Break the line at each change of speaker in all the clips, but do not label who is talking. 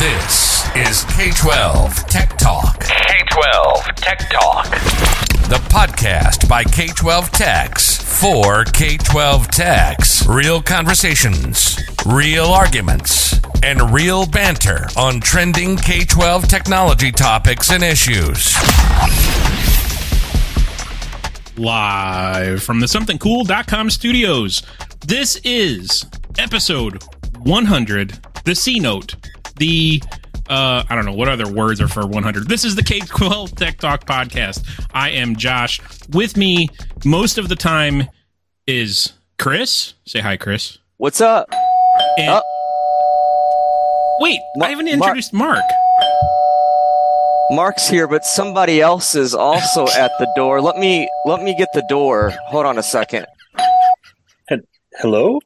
This is K 12 Tech Talk,
K 12 Tech Talk.
the podcast by K 12 Techs for K 12 Techs. Real conversations, real arguments, and real banter on trending K 12 technology topics and issues.
live from the somethingcool.com studios. This is episode 100, the C note, the uh, I don't know what other words are for 100. This is the K 12 Tech Talk podcast. I am Josh. With me most of the time is Chris. Say hi, Chris.
What's up?
And-
Uh,
Wait,
Ma-
I haven't
Mar-
introduced Mark.
Mark's here, but somebody else is also at the door. Let me let me get the door. Hold on a second.
Hello?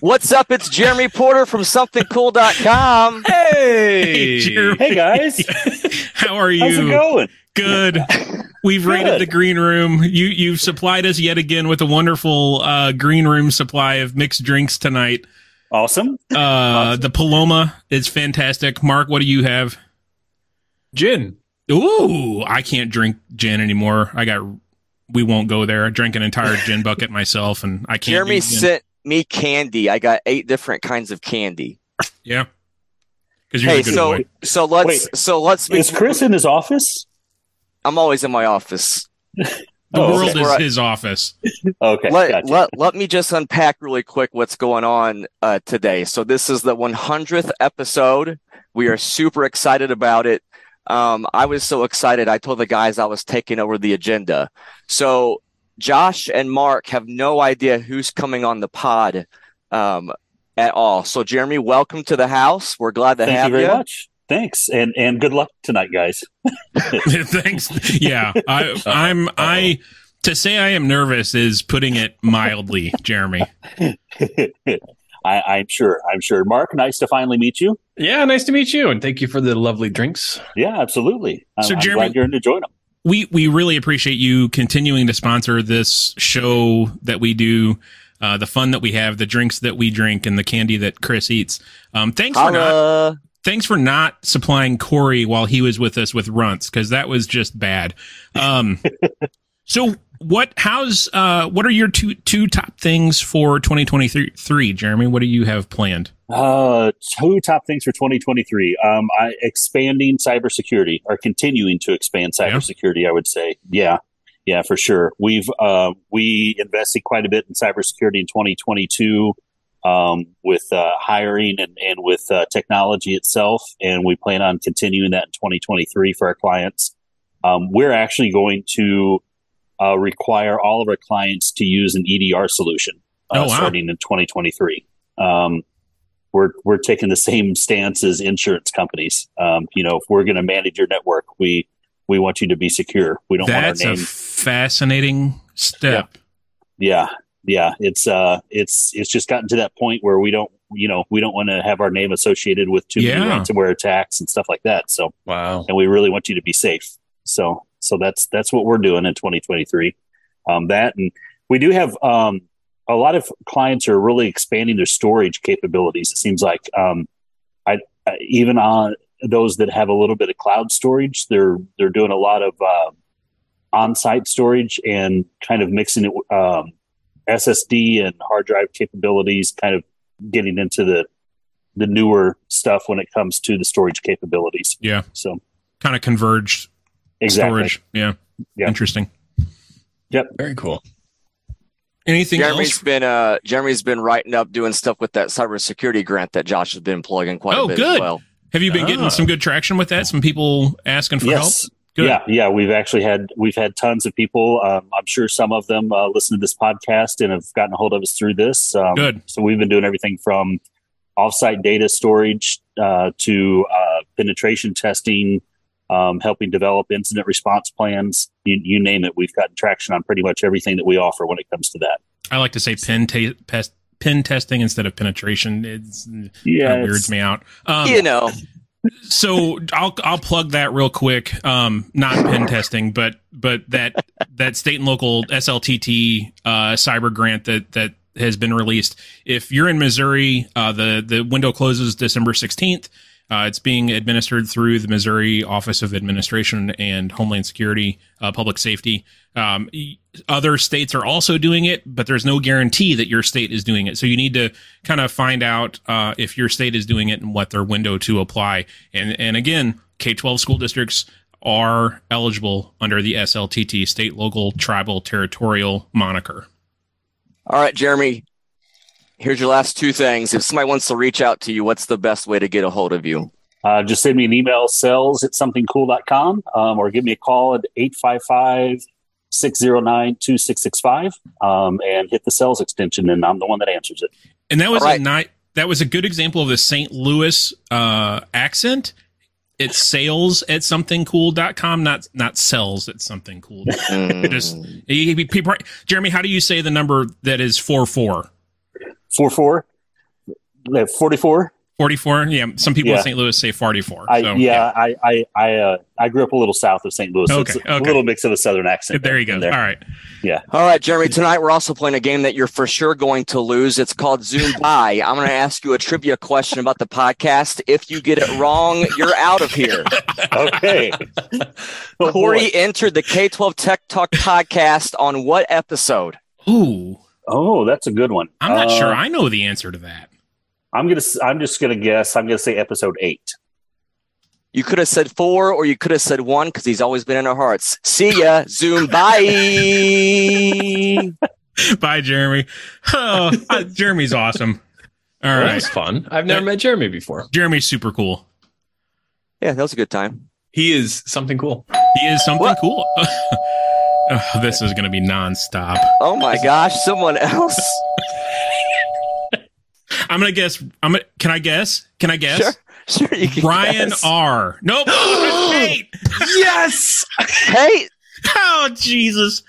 What's up? It's Jeremy Porter from somethingcool.com.
Hey, Jeremy.
Hey guys.
How are you?
How's it going?
Good. We've raided
Good.
the green room. You you've supplied us yet again with a wonderful uh, green room supply of mixed drinks tonight.
Awesome.
Uh, The Paloma is fantastic. Mark, what do you have?
gin.
Ooh, I can't drink gin anymore. I got. We won't go there. I drank an entire gin bucket myself, and I can't. do
Jeremy
gin.
sent me candy. I got eight different kinds of candy.
Yeah. Because you're
hey,
a good
so
boy.
so let's
Wait.
so let's be,
Is Chris in his office?
I'm always in my office.
The
oh,
world
okay.
is
Right.
his office.
Okay.
let,
gotcha.
let, let me just unpack really quick what's going on uh, today. So, this is the 100th episode. We are super excited about it. Um, I was so excited. I told the guys I was taking over the agenda. So, Josh and Mark have no idea who's coming on the pod um, at all. So, Jeremy, welcome to the house. We're glad to
Thank
have
you very much. Thanks. And and good luck tonight, guys.
Thanks. Yeah, I, I'm. I to say I am nervous is putting it mildly, Jeremy.
I, I'm sure. I'm sure. Mark, nice to finally meet you.
Yeah, nice to meet you, and thank you for the lovely drinks.
Yeah, absolutely. I'm,
So,
I'm
Jeremy-
glad you're enjoying them.
we we really appreciate you continuing to sponsor this show that we do uh, the fun that we have the drinks that we drink and the candy that chris eats um, thanks for not
Holla.
thanks for not supplying corey while he was with us with runts because that was just bad um, so what how's uh, what are your two two top things for 2023 jeremy what do you have planned
Uh, two top things for 2023. Um, I, expanding cybersecurity or continuing to expand
Yeah.
cybersecurity. I would say, yeah, yeah, for sure. We've uh, we invested quite a bit in cybersecurity in 2022 um, with uh, hiring and and with uh, technology itself, and we plan on continuing that in 2023 for our clients. Um, we're actually going to uh, require all of our clients to use an EDR solution uh,
Oh, wow.
starting in 2023. Um, we're we're taking the same stance as insurance companies. Um, you know, if we're going to manage your network, we we want you to be secure. We don't
that's
want
a
our name.
fascinating step
yeah, yeah. It's uh, it's it's just gotten to that point where we don't, you know, we don't want to have our name associated with too many
Yeah.
ransomware attacks and stuff like that. So,
Wow.
and we really want you to be safe. So, so that's that's what we're doing in 2023. Um, that and we do have um, a lot of clients are really expanding their storage capabilities. It seems like um, I I- even on those that have a little bit of cloud storage, they're they're doing a lot of uh, on-site storage and kind of mixing it with, um, SSD and hard drive capabilities, kind of getting into the the newer stuff when it comes to the storage capabilities.
Yeah.
So
kind of converged
Exactly.
storage yeah.
Yeah.
interesting
Very cool.
anything
Jeremy's
else
been uh, Jeremy's been writing up doing stuff with that cybersecurity grant that Josh has been plugging quite
Oh,
a bit as
good.
well.
Have you been
Ah.
getting some good traction with that? Some people asking for
Yes.
help? Good.
Yeah, yeah, we've actually had we've had tons of people. Um, I'm sure some of them uh, listen to this podcast and have gotten a hold of us through this. Um,
Good.
So we've been doing everything from offsite data storage uh, to uh, penetration testing, um, helping develop incident response plans. You, you name it, we've gotten traction on pretty much everything that we offer when it comes to that.
I like to say pen ta- pest, pen testing instead of penetration. It's kind
Yeah,
of weirds me out. Um,
you know,
so I'll I'll plug that real quick. Um, not pen testing, but but that that state and local SLTT uh, cyber grant that that has been released. If you're in Missouri, uh, the the window closes December sixteenth. Uh, it's being administered through the Missouri Office of Administration and Homeland Security, uh, Public Safety. Um, y- other states are also doing it, but there's no guarantee that your state is doing it. So you need to kind of find out uh, if your state is doing it and what their window to apply. And and again, K twelve school districts are eligible under the SLTT, state, local, tribal, territorial moniker.
All right, Jeremy. Here's your last two things. If somebody wants to reach out to you, what's the best way to get a hold of you?
Uh, just send me an email, sales at somethingcool.com, um, or give me a call at 855 609 2665 um, and hit the sales extension, and I'm the one that answers it.
And that was
All right.
a ni- that was a good example of the St. Louis uh, accent. It's sales at somethingcool.com, not not sells at something cool. Just you- you- people, Jeremy, how do you say the number that is four four?
44 uh, 44
Forty four? Yeah. Some people
Yeah.
in St. Louis say forty four.
I, yeah, I, I, I, uh, I grew up a little south of St. Louis. so
Okay,
it's a
okay.
little mix of a southern accent.
There you go.
in
All right.
All right, Jeremy, tonight we're also playing a game that you're for sure going to lose. It's called Zoom By. I'm going to ask you a trivia question about the podcast. If you get it wrong, you're out of here.
Okay. Oh, boy.
Corey entered the K 12 Tech Talk podcast on what episode?
Ooh,
Oh, that's a good one.
I'm not
Uh,
sure. I know the answer to that.
I'm gonna. s- I'm just gonna guess. I'm gonna say episode eight.
You could have said four or you could have said one because he's always been in our hearts. See ya. Zoom Bye.
Bye, Jeremy. Oh, uh, Jeremy's awesome. All
Well, That
right.
was fun. I've never met Jeremy before.
Jeremy's super cool.
Yeah, that was a good time.
He is something cool.
He is something
What?
cool. Oh, this is going to be nonstop.
Oh my gosh, someone else.
I'm going to guess. I'm. Gonna, can I guess? Can I guess?
Sure, sure you can.
Brian
guess.
R. Nope. That's Kate.
Yes.
Hey,
Oh Jesus!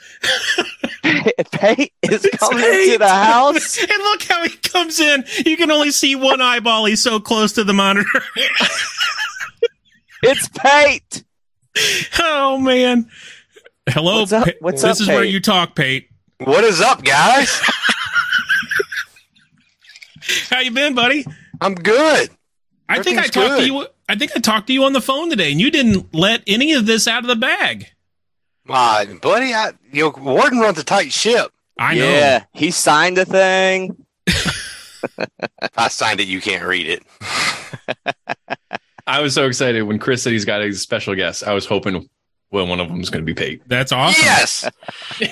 Pate is coming
Pate.
into the house.
And look how he comes in. You can only see one eyeball. He's so close to the monitor.
It's Pate.
oh man. Hello.
What's up-
Pa-
what's
this
up,
is where
Pate?
you talk, Pate.
What is up, guys?
How you been, buddy?
I'm good.
I think I
Everything's
talked
good.
to you. I think I talked to you on the phone today, and you didn't let any of this out of the bag.
My buddy, I, you know, Warden runs a tight ship.
I know.
Yeah, he signed a thing.
I signed it. You can't read it.
I was so excited when Chris said he's got a special guest. I was hoping well, one of them was going to be Pate.
That's awesome.
Yes.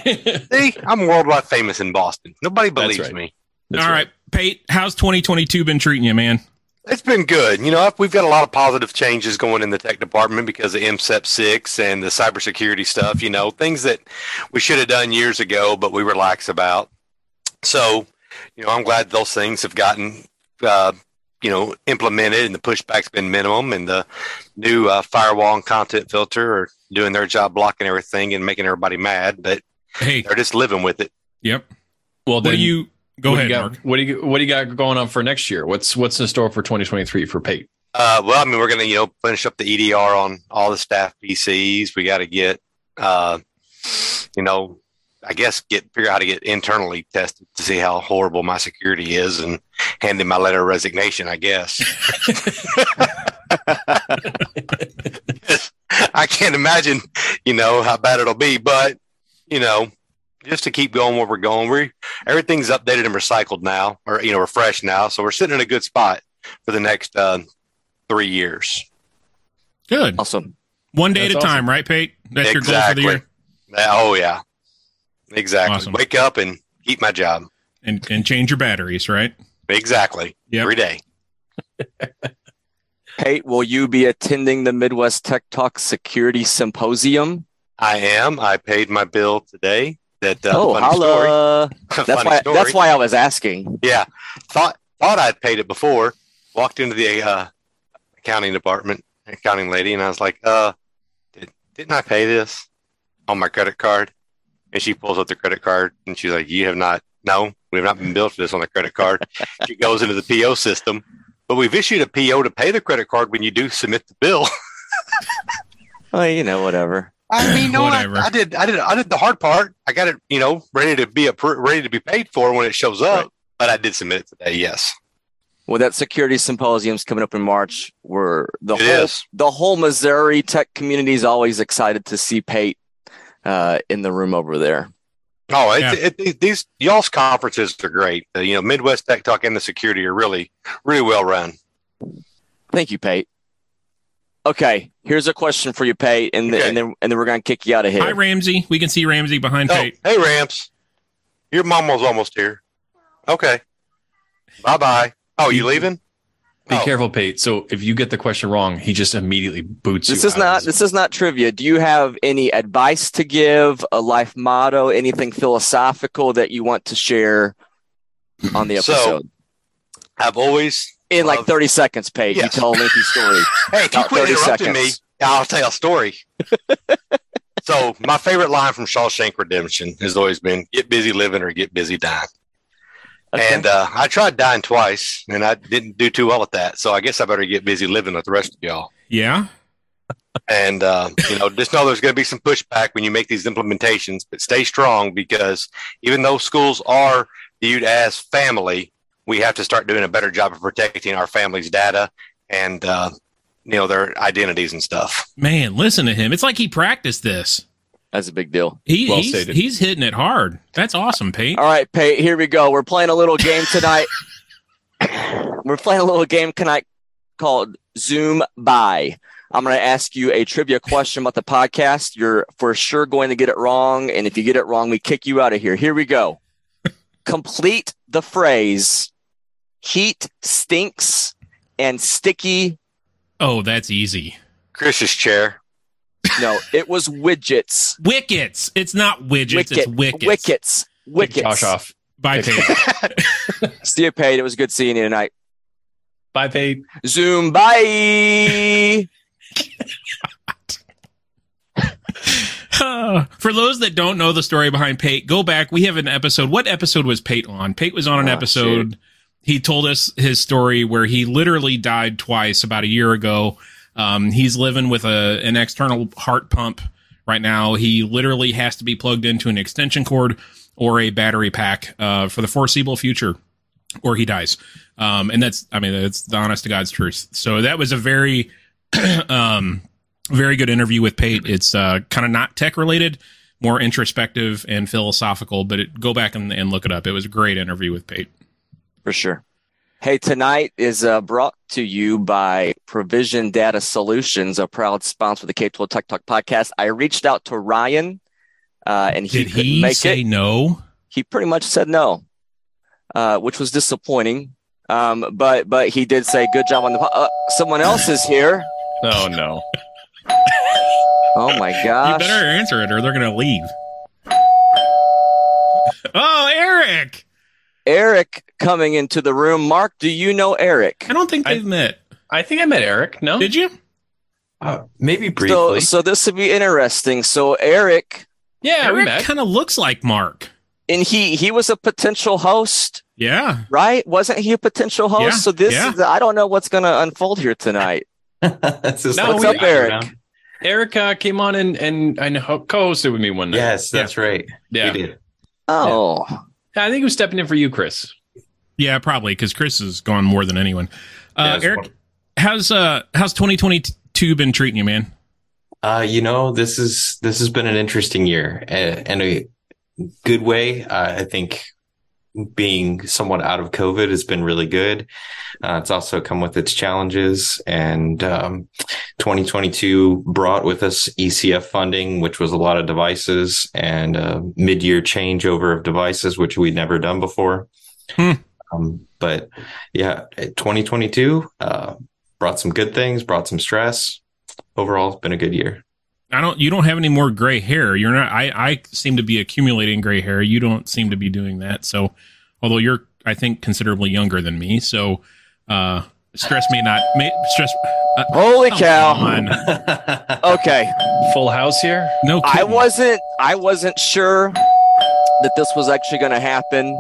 That's
See, I'm worldwide famous in Boston. Nobody
That's
believes
right.
me.
All right, Pate. How's 2022 been treating you, man?
It's been good. You know, we've got a lot of positive changes going in the tech department because of MSEP 6 and the cybersecurity stuff, you know, things that we should have done years ago, but we relax about. So, you know, I'm glad those things have gotten, uh, you know, implemented and the pushback's been minimum and the new uh, firewall and content filter are doing their job blocking everything and making everybody mad, but
Hey.
they're just living with it.
Yep.
Well,
What
then
do you? Go
what
ahead,
do you got,
Mark.
What do you What do you got going on for next year? What's What's in store for 2023 for Pate?
Uh, well, I mean, we're going to you know finish up the EDR on all the staff PCs. We got to get, uh, you know, I guess get figure out how to get internally tested to see how horrible my security is, and hand in my letter of resignation. I guess. I can't imagine, you know, how bad it'll be, but you know, just to keep going where we're going, we everything's updated and recycled now, or you know, refreshed now, so we're sitting in a good spot for the next uh, three years.
Good.
Awesome.
One day at a
That's
time, right, Pate? That's your goal for the year.
Yeah, Oh yeah, exactly.
Awesome.
Wake up and keep my job.
And and change your batteries, right?
Exactly.
Yep.
Every day.
Pate, will you be attending the Midwest Tech Talk Security Symposium?
I am. I paid my bill today. That uh,
oh,
funny
holla.
story.
That's
funny
why.
story.
That's why I was asking.
Yeah. Thought thought I'd paid it before. Walked into the uh, accounting department, accounting lady, and I was like, "Uh, did, didn't I pay this on my credit card?" And she pulls up the credit card, and she's like, "You have not. No, we have not been billed for this on the credit card." she goes into the PO system, but we've issued a PO to pay the credit card when you do submit the bill.
Oh, you know, whatever.
I mean, no, I,
Whatever.
I did, I did, I did the hard part. I got it, you know, ready to be a, ready to be paid for when it shows up. But I did submit it today. Yes.
Well, that security symposium's coming up in March. We're the
It
whole
is.
the whole Missouri tech community is always excited to see Pate uh, in the room over there.
Oh, it's, it, these y'all's conferences are great. Uh, you know, Midwest Tech Talk and the security are really, really well run.
Thank you, Pate. Okay, here's a question for you, Pate, and, th-
Okay.
and then and then we're gonna kick you out of here.
Hi, Ramsey. We can see Ramsey behind
Oh,
Pate.
hey, Ramps, your mom was almost here. Okay, bye bye. Oh, you leaving?
Be
Oh.
careful, Pate. So if you get the question wrong, he just immediately boots you.
this is
out of
not
his-
this is not trivia. Do you have any advice to give, a life motto, anything philosophical that you want to share on the
So,
episode?
I've always
In like
love-
30 seconds, Pate,
Yes.
you tell a lengthy story.
Hey, if you
About
quit
30
interrupting
seconds.
me, I'll tell a story. so, my favorite line from Shawshank Redemption has always been get busy living or get busy dying.
Okay.
And uh, I tried dying twice and I didn't do too well at that. So, I guess I better get busy living with the rest of y'all.
Yeah.
And, uh, you know, just know there's going to be some pushback when you make these implementations, but stay strong because even though schools are viewed as family, we have to start doing a better job of protecting our family's data and, uh, you know, their identities and stuff.
Man, listen to him. It's like he practiced this.
That's a big deal.
He,
Well
he's,
stated.
he's hitting it hard. That's awesome, Pate.
All right, Pate, here we go. We're playing a little game tonight. We're playing a little game tonight called Zoom By. I'm going to ask you a trivia question about the podcast. You're for sure going to get it wrong. And if you get it wrong, we kick you out of here. Here we go. Complete the phrase heat stinks and sticky.
Oh, that's easy.
Chris's chair.
No, it was widgets.
Wickets. It's not widgets. It's wickets.
Wickets.
Pick
Wickets.
Josh off.
Bye,
Pick-
Pate.
See you, Pate. It was good seeing you tonight.
Bye, Pate.
Zoom. Bye.
For those that don't know the story behind Pate, go back. We have an episode. What episode was Pate on? Pate was on an
Ah,
episode. He told us his story where he literally died twice about a year ago. Um, he's living with a an external heart pump right now. He literally has to be plugged into an extension cord or a battery pack uh, for the foreseeable future, or he dies. Um, and that's, I mean, that's the honest to God's truth. So that was a very, um, very good interview with Pate. It's uh, kind of not tech related, more introspective and philosophical. But it, go back and, and look it up. It was a great interview with Pate.
For sure. Hey, tonight is uh, brought to you by Provision Data Solutions, a proud sponsor of the K 12 Tech Talk podcast. I reached out to Ryan, uh, and he
Did
couldn't
he
make
say
it.
no?
He pretty much said no, uh, which was disappointing. Um, but but he did say good job on the. Po- uh, someone else is here.
Oh no.
Oh my
you
gosh!
better answer it, or they're gonna leave. oh, Eric!
Eric coming into the room. Mark, do you know Eric?
I don't think
I-
they've met.
I think I met Eric. No,
Did you?
Uh, maybe
So
briefly.
so this would be interesting. So Eric,
yeah, we
Eric
met.
kind of looks like Mark.
and he he was a potential host
Yeah.
right? Wasn't he a potential host?
Yeah,
so this
yeah.
is, I don't know what's going to unfold here tonight.
That's just
No,
like
what's
we-
up,
the
Eric?
background.
Eric uh, came on and and I know, co-hosted with me one night.
Yes, that's right.
yeah.
We did.
Oh,
Yeah, I think he was stepping in for you, Chris.
Yeah, probably because Chris has gone more than anyone. Uh,
Yes.
Eric, how's uh how's 2022 been treating you, man?
Uh, you know, this is this has been an interesting year a- and a good way. Uh, I think being somewhat out of COVID has been really good. Uh, it's also come with its challenges, and um, 2022 brought with us ECF funding, which was a lot of devices and a mid-year changeover of devices, which we'd never done before.
Hmm.
Um, but yeah, 2022 uh, brought some good things, brought some stress. Overall, it's been a good year.
I don't. You don't have any more gray hair. You're not. I. I seem to be accumulating gray hair. You don't seem to be doing that. So, although you're, I think, considerably younger than me. So, uh, stress may not. May, stress. Uh,
holy
come
cow!
on.
Okay,
Full house here.
No.
I
kidding.
wasn't I wasn't sure that this was actually going to happen,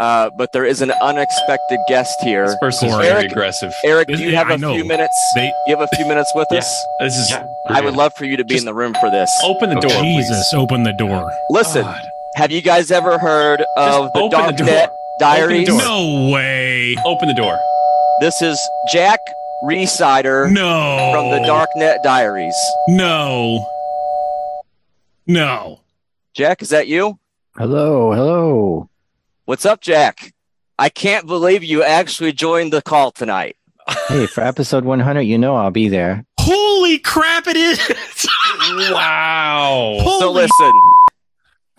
uh, but there is an unexpected guest
This
here.
person's
Eric-
very aggressive.
Eric, do
This-
you have
I
a
know.
few minutes?
They-
you have a few minutes with
Yeah.
us.
This is.
Yeah.
I would love for you to be in
Just-
the room for this.
Open the door.
Okay.
please.
Jesus, open the door.
Listen,
God.
have you guys ever heard of
open
the
the
Dark
door.
Net
Open the
Diaries?
door.
No way.
Open the door.
This is Jack Resider
No.
from the Darknet Diaries.
No. No.
Jack, is that you?
Hello, hello.
What's up, Jack? I can't believe you actually joined the call tonight.
Hey, for episode 100, you know I'll be there.
Holy crap! It is.
Wow.
Holy
so listen,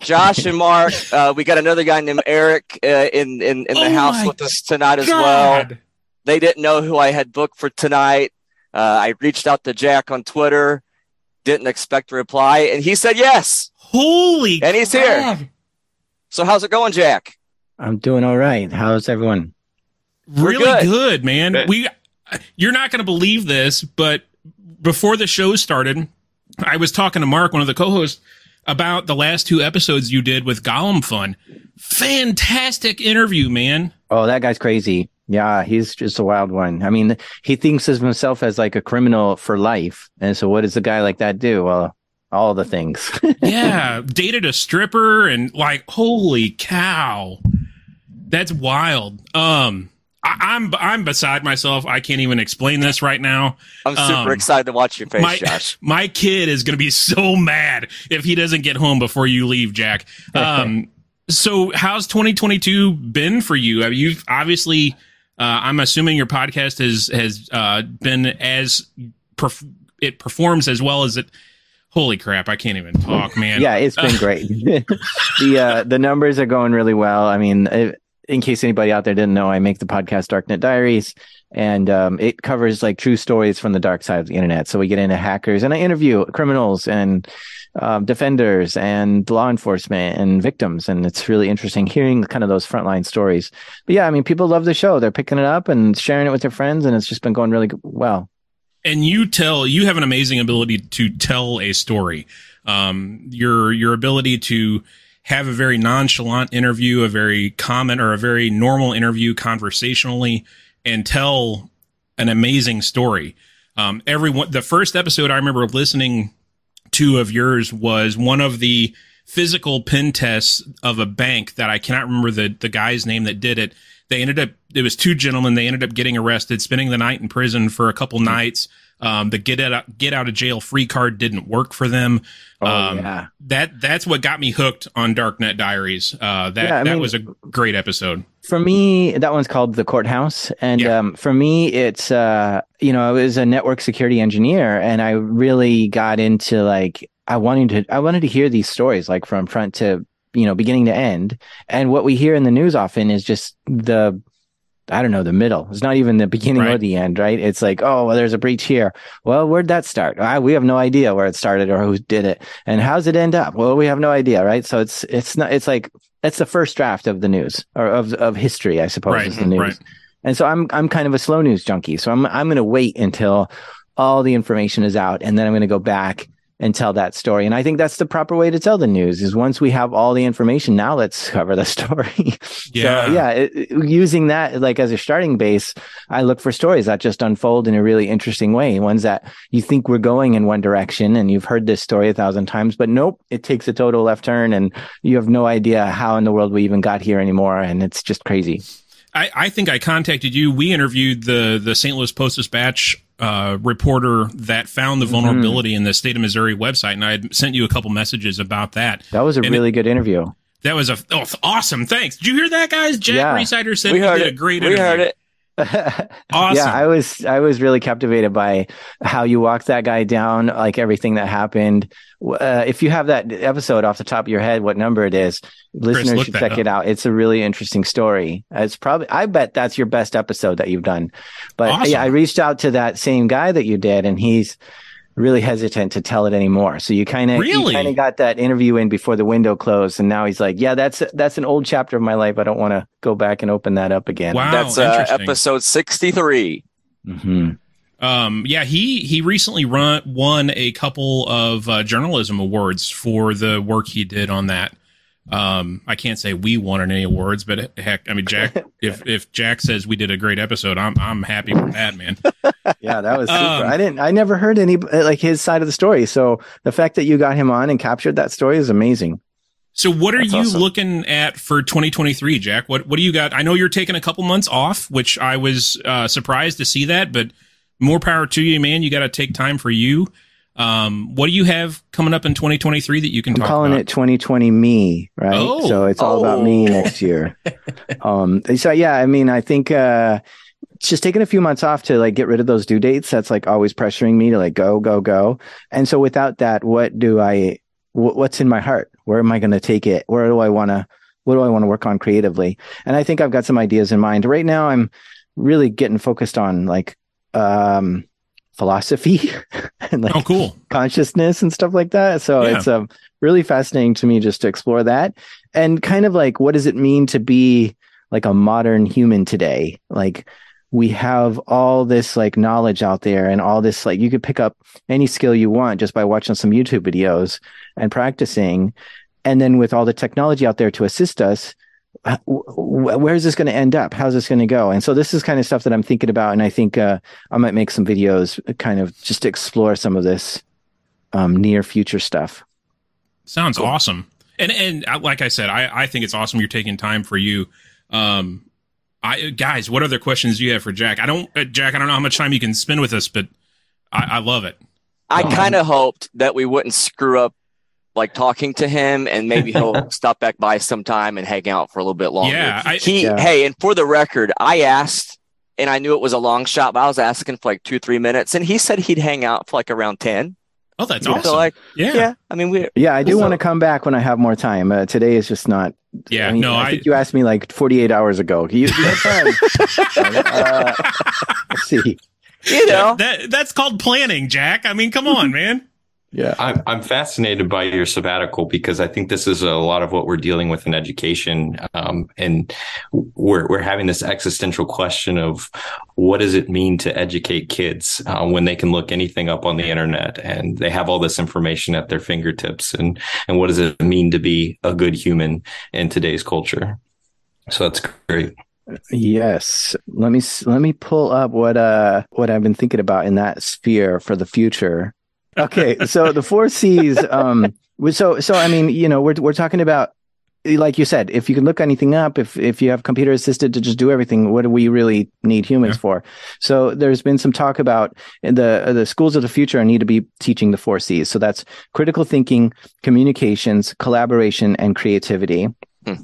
Josh and Mark, uh, we got another guy named Eric uh, in in, in the
Oh
house
my
with us tonight as well.
God.
they didn't know who I had booked for tonight. Uh, I reached out to Jack on Twitter, didn't expect a reply, and he said yes.
Holy.
And he's here.
crap.
So how's it going, Jack?
I'm doing all right. How's everyone?
We're
Really
good.
good. man.
Good.
We. You're not going to believe this, but before the show started, I was talking to Mark, one of the co-hosts, about the last two episodes you did with Gollum Fun. Fantastic interview, man.
Oh, that guy's crazy. Yeah, he's just a wild one. I mean, he thinks of himself as like a criminal for life. And so, what does a guy like that do? Well, all the things.
yeah, dated a stripper and like, holy cow, that's wild. Um, I, I'm I'm beside myself. I can't even explain this right now.
I'm super
Um,
excited to watch your face,
my
Josh.
my kid is gonna be so mad if he doesn't get home before you leave, Jack. Um, so how's 2022 been for you? I mean, you've obviously, uh, I'm assuming your podcast has has uh, been as perf- it performs as well as it. Holy crap! I can't even talk, man.
yeah, it's been great. the uh, the numbers are going really well. I mean, i in case anybody out there didn't know, I make the podcast Darknet Diaries, and um, it covers like true stories from the dark side of the internet. So we get into hackers, and I interview criminals and um, defenders and law enforcement and victims, and it's really interesting hearing kind of those frontline stories. But yeah, I mean, people love the show; they're picking it up and sharing it with their friends, and it's just been going really g- well.
and you tell you have an amazing ability to tell a story um your your ability to have a very nonchalant interview a very common or a very normal interview conversationally and tell an amazing story um everyone the first episode i remember listening to of yours was one of the physical pen tests of a bank that i cannot remember the the guy's name that did it they ended up it was two gentlemen they ended up getting arrested spending the night in prison for a
Hmm.
couple nights um, the get out get out of jail free card didn't work for them
Oh,
um,
yeah.
that that's what got me hooked on darknet diaries uh, that
Yeah, I
that
mean-
was a great episode
for me that one's called the courthouse and
Yeah.
um, for me it's uh, you know i was a network security engineer and i really got into like i wanted to i wanted to hear these stories like from front to you know beginning to end and what we hear in the news often is just the i don't know the middle it's not even the beginning or
Right.
the end right it's like oh well there's a breach here well where'd that start ah, we have no idea where it started or who did it and how's it end up well we have no idea right so it's it's not it's like that's the first draft of the news or of of history i suppose
Right,
is the news
right.
and so i'm i'm kind of a slow news junkie so i'm i'm going to wait until all the information is out and then i'm going to go back and tell that story and i think that's the proper way to tell the news is once we have all the information now let's cover the story
Yeah.
so, yeah it, it- using that like as a starting base i look for stories that just unfold in a really interesting way ones that you think we're going in one direction and you've heard this story a thousand times but nope it takes a total left turn and you have no idea how in the world we even got here anymore and it's just crazy
I, I think I contacted you. We interviewed the the St. Louis Post Dispatch uh, reporter that
Mm-hmm.
found the vulnerability in the state of Missouri website, and I had sent you a couple messages about that.
that was a
And it-
really good interview
That was a oh, awesome. Thanks. Did you hear that, guys? Jack
Yeah.
Resider said
We
you
heard
did
it.
a great
we
interview.
heard it.
Awesome.
Yeah, I was I was really captivated by how you walked that guy down, like everything that happened. W- Uh, if you have that episode off the top of your head, what number it is, listeners
look
should
that
check it out. It's a really interesting story. It's probably I bet that's your best episode that you've done. But
Awesome.
yeah, I reached out to that same guy that you did, and he's really hesitant to tell it anymore. So you kind of
Really?
kind of got that interview in before the window closed, and now he's like, "Yeah, that's that's an old chapter of my life. I don't want to go back and open that up again."
Wow,
That's uh,
interesting.
episode 63.
hmm
Um, yeah, he he recently run, won a couple of uh, journalism awards for the work he did on that. Um, I can't say we won any awards, but heck, I mean, Jack, if if Jack says we did a great episode, I'm I'm happy with that, man.
Yeah, that was super.
Um,
I didn't. I never heard any like his side of the story. So the fact that you got him on and captured that story is amazing.
So what are
That's
you
awesome.
looking at for 2023, Jack? What what do you got? I know you're taking a couple months off, which I was uh, surprised to see that, but more power to you, man. You got to take time for you. Um, what do you have coming up in 2023 that you can
I'm
talk
calling
about?
it 2020 me, right?
Oh.
So it's all about me next year. um, so yeah, I mean, I think uh, just taking a few months off to like get rid of those due dates. That's like always pressuring me to like go, go, go. And so without that, what do I? Wh- what's in my heart? Where am I going to take it? Where do I want to? What do I want to work on creatively? And I think I've got some ideas in mind. Right now, I'm really getting focused on like um, philosophy and like
oh, cool.
consciousness and stuff like that. So
Yeah.
it's um, really fascinating to me just to explore that and kind of like what does it mean to be like a modern human today? Like we have all this like knowledge out there and all this like you could pick up any skill you want just by watching some YouTube videos and practicing. And then with all the technology out there to assist us, wh- wh- Uh, where's this going to end up? How's this going to go? And so this is kind of stuff that I'm thinking about. And I think uh, I might make some videos uh, kind of just to explore some of this um, near future stuff.
Sounds awesome. And and uh, like I said, I I think it's awesome you're taking time for you. Um, I guys, what other questions do you have for Jack? I don't, uh, Jack. I don't know how much time you can spend with us, but I, I love it.
I kind of hoped that we wouldn't screw up like talking to him and maybe he'll stop back by sometime and hang out for a little bit longer.
Yeah, I-
he
Yeah.
hey, and for the record, I asked and I knew it was a long shot, but I was asking for like two, three minutes, and he said he'd hang out for like around ten.
Oh, that's
So
awesome.
like,
yeah,
yeah. I mean, we
Yeah, I do
So-
want to come back when I have more time. Uh, today is just not.
Yeah,
I mean,
no,
I,
I-
think you asked me like 48 hours ago. You, you had time. uh, let's see.
you know,
That that's called planning, Jack. I mean, come on, man.
Yeah.
I'm, I'm fascinated by your sabbatical because I think this is a lot of what we're dealing with in education. Um, and we're, we're having this existential question of what does it mean to educate kids uh, when they can look anything up on the internet and they have all this information at their fingertips? And, and what does it mean to be a good human in today's culture? So that's great.
Yes. Let me s- let me pull up what uh what I've been thinking about in that sphere for the future. Okay, so the four C's. Um, we- so so I mean, you know, we're we're talking about like you said, if you can look anything up, if if you have computer assisted to just do everything, what do we really need humans
Yeah.
for? So there's been some talk about the the schools of the future need to be teaching the four C's. So that's critical thinking, communications, collaboration, and creativity.
Hmm.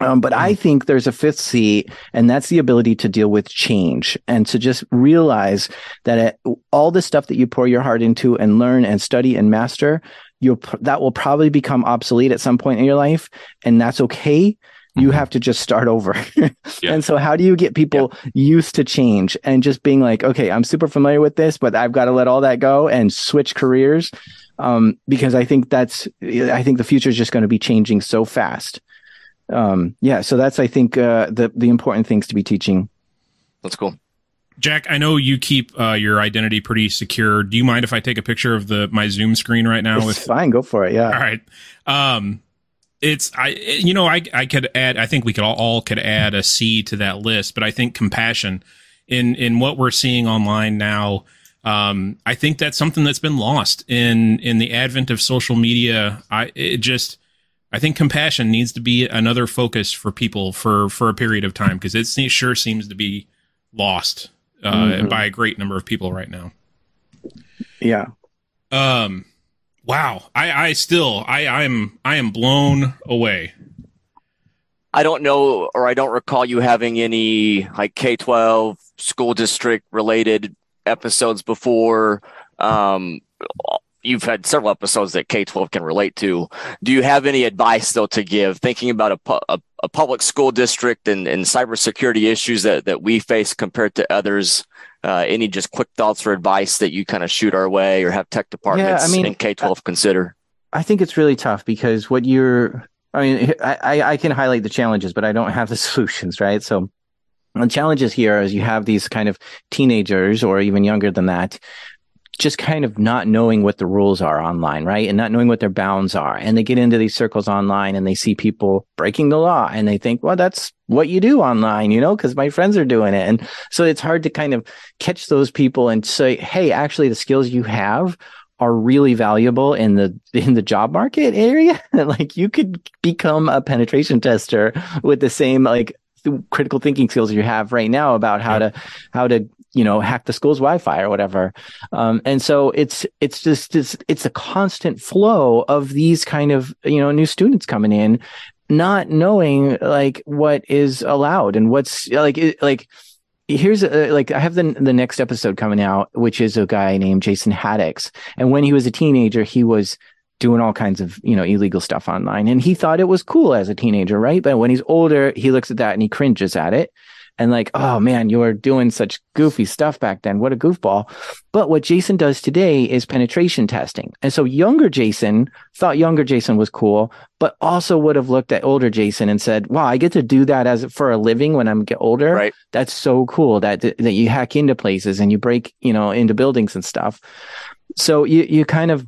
Um, but I think there's a fifth C, and that's the ability to deal with change and to just realize that it, all the stuff that you pour your heart into and learn and study and master, you'll pr- that will probably become obsolete at some point in your life, and that's okay. You
Mhm.
have to just start over.
Yeah.
And so, how do you get people used to change and just being like, okay, I'm super familiar with this, but I've got to let all that go and switch careers? Um, because I think that's, I think the future is just going to be changing so fast. Um, yeah. So that's, I think, uh, the, the important things to be teaching.
that's cool.
Jack, I know you keep uh, your identity pretty secure. Do you mind if I take a picture of the my Zoom screen right now
It's
with
fine. Go for it. Yeah.
All right. Um, it's I you know I I could add I think we could all, all could add a C to that list, but I think compassion in in what we're seeing online now. Um, I think that's something that's been lost in in the advent of social media. I it just I think compassion needs to be another focus for people for for a period of time because it sure seems to be lost uh,
Mhm.
by a great number of people right now.
Yeah.
Um, wow. I, I still, I, I'm, I am blown away.
I don't know, or I don't recall you having any like K 12 school district related episodes before. Um, you've had several episodes that K 12 can relate to. Do you have any advice, though, to give thinking about a, pu- a, a public school district and, and cybersecurity issues that, that we face compared to others? Uh, any just quick thoughts or advice that you kind of shoot our way or have tech departments
mean,
in K 12 consider?
I think it's really tough because what you're, I mean, I, I, I can highlight the challenges, but I don't have the solutions, right? So the challenges here is you have these kind of teenagers or even younger than that, just kind of not knowing what the rules are online, right? And not knowing what their bounds are. And they get into these circles online and they see people breaking the law and they think, well, that's what you do online, you know, because my friends are doing it. And so it's hard to kind of catch those people and say, hey, actually, the skills you have are really valuable in the in the job market area. like you could become a penetration tester with the same like th- critical thinking skills you have right now about how to how to you know hack the school's Wi-Fi or whatever. Um, and so it's it's just it's, it's a constant flow of these kind of you know new students coming in, not knowing like what is allowed and what's like it, like here's a, like I have the the next episode coming out, which is a guy named Jason Haddix, and when he was a teenager, he was doing all kinds of you know illegal stuff online, and he thought it was cool as a teenager, right? But when he's older, he looks at that and he cringes at it. And like, oh man, you were doing such goofy stuff back then. What a goofball. But what Jason does today is penetration testing. And so younger Jason thought younger Jason was cool, but also would have looked at older Jason and said, wow, I get to do that as for a living when I'm get older
Right.
that's so cool that that you hack into places and you break you know into buildings and stuff so you you kind of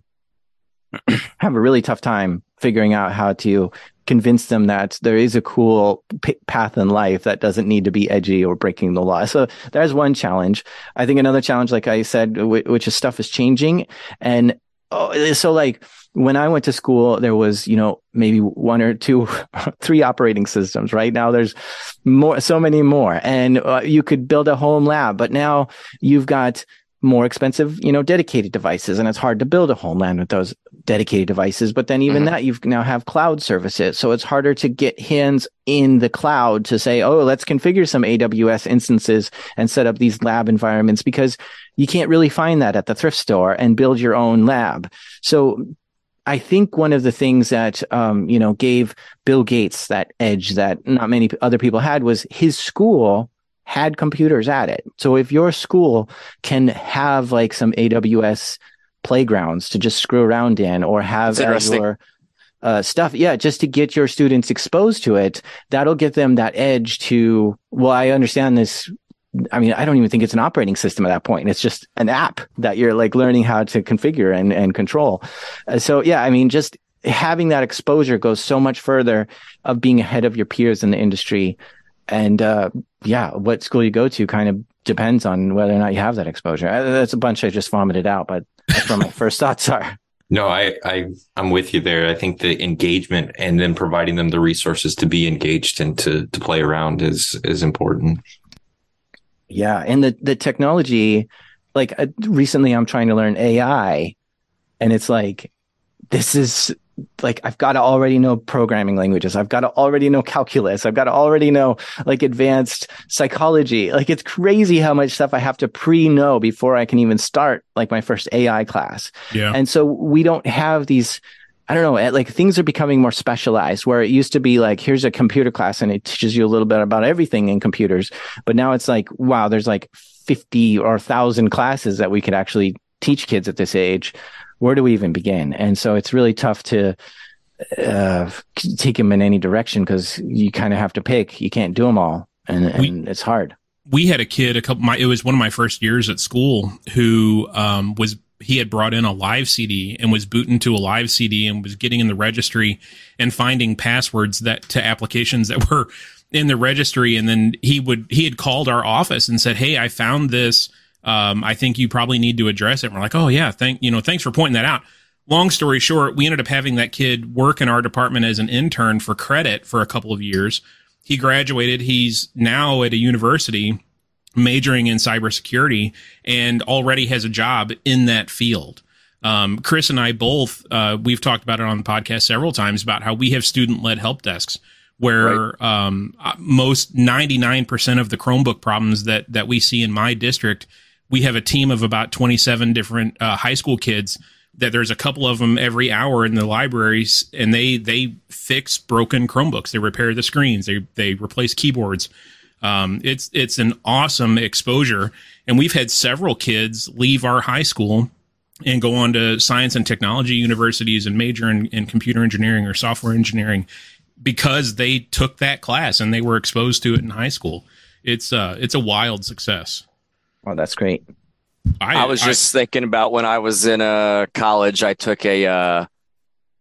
have a really tough time figuring out how to convince them that there is a cool p- path in life that doesn't need to be edgy or breaking the law so there's one challenge i think another challenge like i said whi- which is stuff is changing and oh, so like when i went to school there was you know maybe one or two three operating systems right now there's more so many more and uh, you could build a home lab but now you've got more expensive you know dedicated devices and it's hard to build a homeland with those dedicated devices but then even
Mhm.
that you've now have cloud services so it's harder to get hands in the cloud to say oh let's configure some aws instances and set up these lab environments because you can't really find that at the thrift store and build your own lab so I think one of the things that um, you know gave Bill Gates that edge that not many p- other people had was his school had computers at it. So if your school can have like some AWS playgrounds to just screw around in, or have
That's interesting.
Azure uh, stuff, yeah, just to get your students exposed to it, that'll give them that edge to. Well, I understand this. I mean, I don't even think it's an operating system at that point. It's just an app that you're like learning how to configure and, and control. Uh, So yeah, I mean, just having that exposure goes so much further of being ahead of your peers in the industry. And uh, yeah, what school you go to kind of depends on whether or not you have that exposure. Uh, That's a bunch I just vomited out, but that's what my first thoughts are.
No, I, I I'm with you there. I think the engagement and then providing them the resources to be engaged and to to play around is is important.
Yeah, and the the technology, like uh, recently, I'm trying to learn AI, and it's like this is like I've got to already know programming languages. I've got to already know calculus. I've got to already know like advanced psychology. Like it's crazy how much stuff I have to pre know before I can even start like my first AI class.
Yeah.
And so we don't have these. I don't know. eh, Like things are becoming more specialized where it used to be like, here's a computer class and it teaches you a little bit about everything in computers. But now it's like, wow, there's like 50 or 1,000 classes that we could actually teach kids at this age. Where do we even begin? And so it's really tough to uh, c- take them in any direction because you kind of have to pick. You can't do them all. And,
We-
and it's hard.
we had a kid a couple my it was one of my first years at school who um was he had brought in a live CD and was booting to a live CD and was getting in the registry and finding passwords that to applications that were in the registry and then he would he had called our office and said, "Hey, I found this. Um, I think you probably need to address it." And we're like, "Oh yeah, thank you know thanks for pointing that out." Long story short, we ended up having that kid work in our department as an intern for credit for a couple of years. He graduated. He's now at a university majoring in cybersecurity and already has a job in that field. Um, Chris and I both, uh, we've talked about it on the podcast several times about how we have student led help desks where, um, uh, most 99% of the Chromebook problems that, that we see in my district, we have a team of about 27 different, uh, high school kids that there's a couple of them every hour in the libraries and they, they fix broken Chromebooks. They repair the screens. They, they replace keyboards. Um, it's it's an awesome exposure, and we've had several kids leave our high school and go on to science and technology universities and major in, in computer engineering or software engineering because they took that class and they were exposed to it in high school. It's uh it's a wild success.
Well, that's great.
I,
I was just thinking about when I was in uh, college, I took a uh,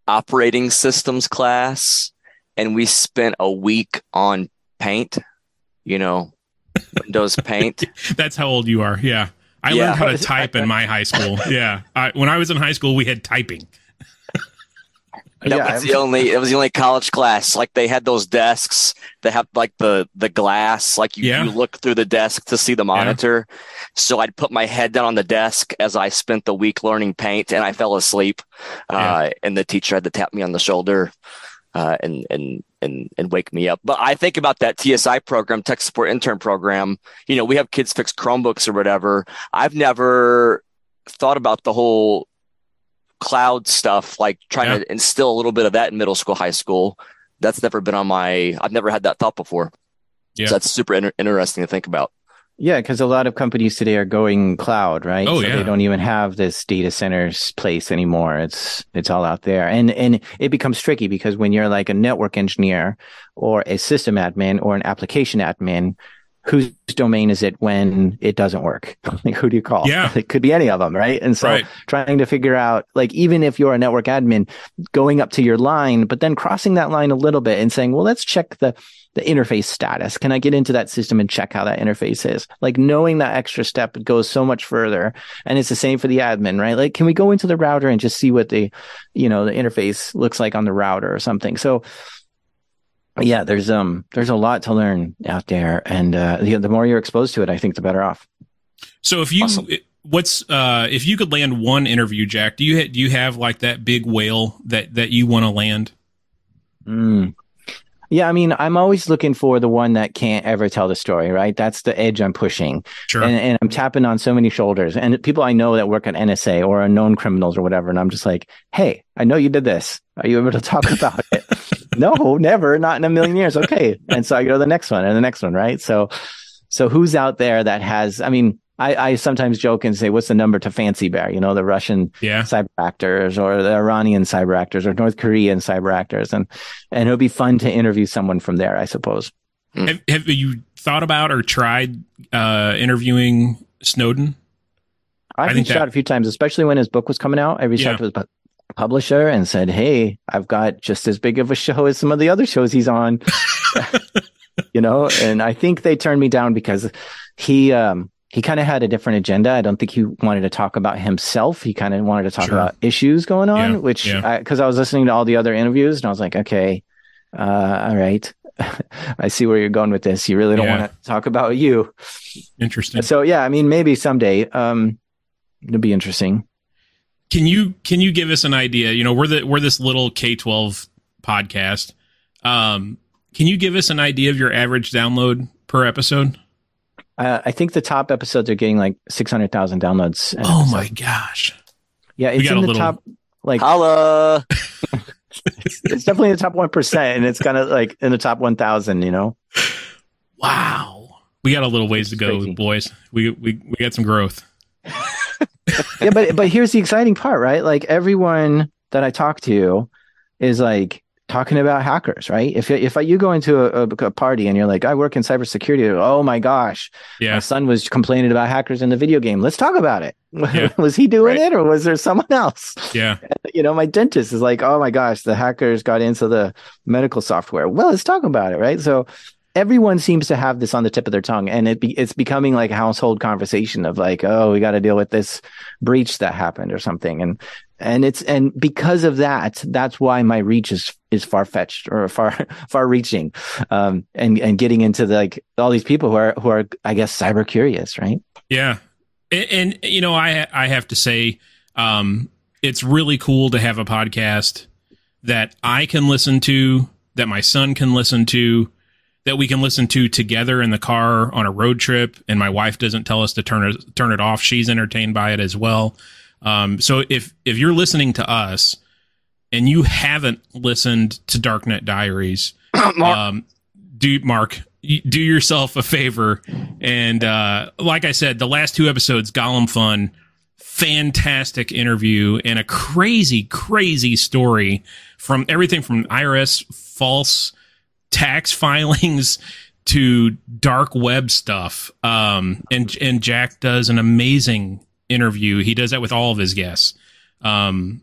operating systems class and we spent a week on paint, you know, Windows Paint.
that's how old you are. Yeah, I
Yeah.
learned how to type in my high school. Yeah, I, when I was in high school, we had typing.
That
Yeah,
was
I-
the only. It was the only college class. Like they had those desks that have like the the glass. Like you,
Yeah.
you look through the desk to see the monitor. So I'd put my head down on the desk as I spent the week learning paint, and I fell asleep. Uh, and the teacher had to tap me on the shoulder uh, and and and and wake me up. But I think about that TSI program, tech support intern program. You know, we have kids fix Chromebooks or whatever. I've never thought about the whole cloud stuff, like trying to instill a little bit of that in middle school, high school. That's never been on my. I've never had that thought before.
Yeah.
So that's super inter- interesting to think about.
Yeah, because a lot of companies today are going cloud, right?
Oh,
so
yeah.
They don't even have this data center's place anymore. It's it's all out there, and and it becomes tricky because when you're like a network engineer or a system admin or an application admin, whose domain is it when it doesn't work? like who do you call?
Yeah.
it could be any of them, right? And so
Right.
trying to figure out like even if you're a network admin going up to your line but then crossing that line a little bit and saying well let's check the the interface status can i get into that system and check how that interface is like knowing that extra step goes so much further and it's the same for the admin right like can we go into the router and just see what the you know the interface looks like on the router or something so yeah there's um there's a lot to learn out there and uh the, the more you're exposed to it i think the better off
So if you
Awesome.
it- what's uh if you could land one interview, Jack, do you ha- do you have like that big whale that that you want to land?
Mm. Yeah, I mean, I'm always looking for the one that can't ever tell the story, right? That's the edge I'm pushing.
Sure.
And, and I'm tapping on so many shoulders and people I know that work at NSA or are known criminals or whatever. And I'm just like, hey, I know you did this. Are you able to talk about it? no, never, not in a million years. Okay. And so I go to the next one and the next one, right? So, so who's out there that has, I mean, I, I sometimes joke and say, what's the number to Fancy Bear? You know, the Russian
yeah.
cyber actors or the Iranian cyber actors or North Korean cyber actors. And, and it'll be fun to interview someone from there, I suppose.
Have, have you thought about or tried uh interviewing Snowden? I
I've
think
reached
that-
out a few times, especially when his book was coming out. I reached
Yeah.
out to his pu- publisher and said, Hey, I've got just as big of a show as some of the other shows he's on, you know? And I think they turned me down because he, um, he kind of had a different agenda. I don't think he wanted to talk about himself. He kind of wanted to talk
Sure.
about issues going on,
Yeah,
which
yeah.
I, cause I was listening to all the other interviews and I was like, okay, uh, all right. I see where you're going with this. You really don't
Yeah.
want to talk about you.
Interesting.
So yeah, I mean, maybe someday, um, it'll be interesting.
Can you can you give us an idea? You know, we're the we're this little K twelve podcast. Um, can you give us an idea of your average download per episode?
Uh, I think the top episodes are getting like 600,000 downloads. an
Oh
episode.
my gosh!
Yeah,
We
it's in
got a
the
little-
top, like,
Holla!
it's definitely in the top 1%, and it's kind of like in the top 1,000, you know?
Wow, we got a little ways to
It's
go,
crazy.
boys. We we we got some growth.
Yeah, but, but here's the exciting part, right? Like, everyone that I talk to is like, Talking about hackers, right? If if you go into a, a- a party and you're like, I work in cybersecurity, oh my gosh, my
Yeah,
son was complaining about hackers in the video game. Let's talk about it.
Yeah.
was he doing
Right.
it or was there someone else?
yeah,
you know, my dentist is like, oh my gosh, the hackers got into the medical software. Well, let's talk about it, right? So everyone seems to have this on the tip of their tongue, and it be, it's becoming like a household conversation of like, oh, we got to deal with this breach that happened or something, and and it's and because of that, that's why my reach is is far fetched or far far reaching, um, and and getting into like all these people who are who are I guess cyber curious, right?
yeah. And, and you know, I I have to say, um, it's really cool to have a podcast that I can listen to, that my son can listen to, that we can listen to together in the car on a road trip, and my wife doesn't tell us to turn it turn it off. She's entertained by it as well. Um, so if if you're listening to us and you haven't listened to Darknet Diaries,
Mark.
um, do Mark y- do yourself a favor and uh, like I said, the last two episodes, Gollum Fun, fantastic interview and a crazy, crazy story from everything from IRS false tax filings to dark web stuff. Um, and and Jack does an amazing interview. He does that with all of his guests. Um,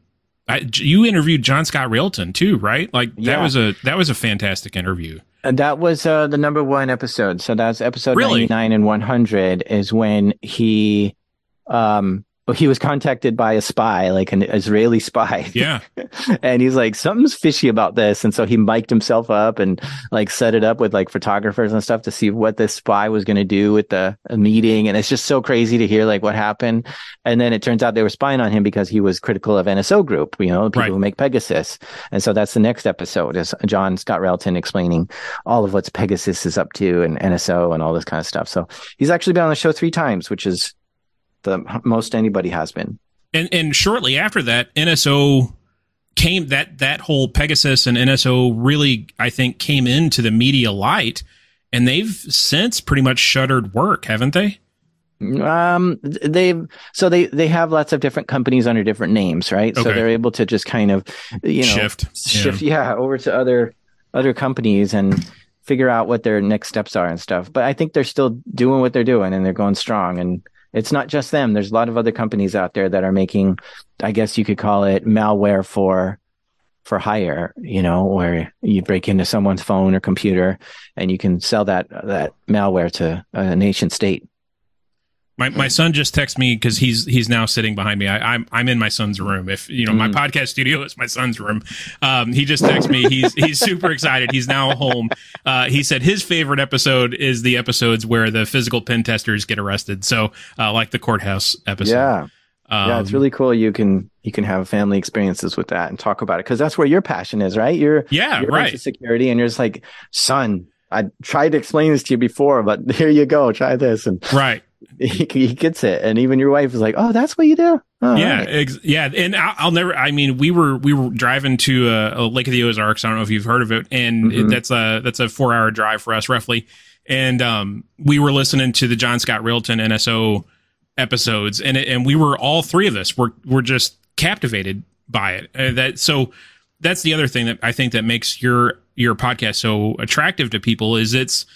I, you interviewed John Scott Railton too, right? Like that
Yeah.
was a that was a fantastic interview.
And that was uh, the number one episode. So that's episode
Really?
99 and 100 is when he um, he was contacted by a spy, like an Israeli spy.
Yeah.
and he's like, something's fishy about this. And so he mic'd himself up and like set it up with like photographers and stuff to see what this spy was going to do with the a meeting. And it's just so crazy to hear like what happened. And then it turns out they were spying on him because he was critical of NSO group, you know, people
Right.
who make Pegasus. And so that's the next episode is John Scott Relton explaining all of what's Pegasus is up to and NSO and all this kind of stuff. So he's actually been on the show three times, which is the most anybody has been.
and and shortly after that nso came that that whole pegasus and nso really i think came into the media light and they've since pretty much shuttered work haven't they
Um, they so they they have lots of different companies under different names, right? So
Okay.
they're able to just kind of you know
shift Yeah.
shift yeah. over to other other companies and figure out what their next steps are and stuff. But I think they're still doing what they're doing and they're going strong and it's not just them. There's a lot of other companies out there that are making I guess you could call it malware for for hire, you know, where you break into someone's phone or computer and you can sell that that malware to a nation state.
My, my son just texted me because he's he's now sitting behind me. I, I'm I'm in my son's room. If you know my
Mm.
podcast studio is my son's room. Um, he just texted me. He's he's super excited. He's now home. Uh, he said his favorite episode is the episodes where the physical pen testers get arrested. So uh, like the courthouse episode.
Yeah.
Um,
yeah, it's really cool. You can you can have family experiences with that and talk about it because that's where your passion is, right? You're,
yeah
you're
right.
into security, and you're just like, son, I tried to explain this to you before, but here you go, try this, and
Right.
he, he gets it. And even your wife is like, oh, that's what you do. Oh,
yeah.
right.
Ex- yeah. And I, I'll never, I mean, we were, we were driving to uh, uh, Lake of the Ozarks. I don't know if you've heard of it. And it-
Mhm.
that's a, that's a four hour drive for us roughly. And, um, we were listening to the John Scott Realton NSO episodes and, it, and we were all three of us were, were just captivated by it. Uh, that, so that's the other thing that I think that makes your, your podcast so attractive to people is it's,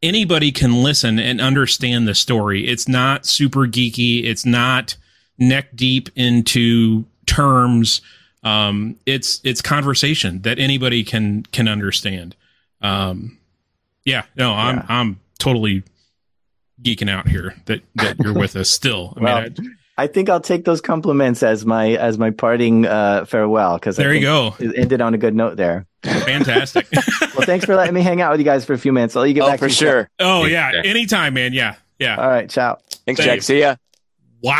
anybody can listen and understand the story. It's not super geeky. It's not neck deep into terms. Um, it's it's conversation that anybody can can understand. Um, yeah, no, I'm
Yeah.
I'm totally geeking out here that that you're with us still. I mean,
Well,
I-
I think I'll take those compliments as my as my parting uh, farewell because
there you go,
It ended on a good note there.
fantastic.
Well, thanks for letting me hang out with you guys for a few minutes. I'll let you get
Oh,
back
for
to your-
sure.
oh yeah, anytime, man. Yeah, yeah.
All right, ciao.
Thanks,
Thank you.
Jack. See ya.
Wow,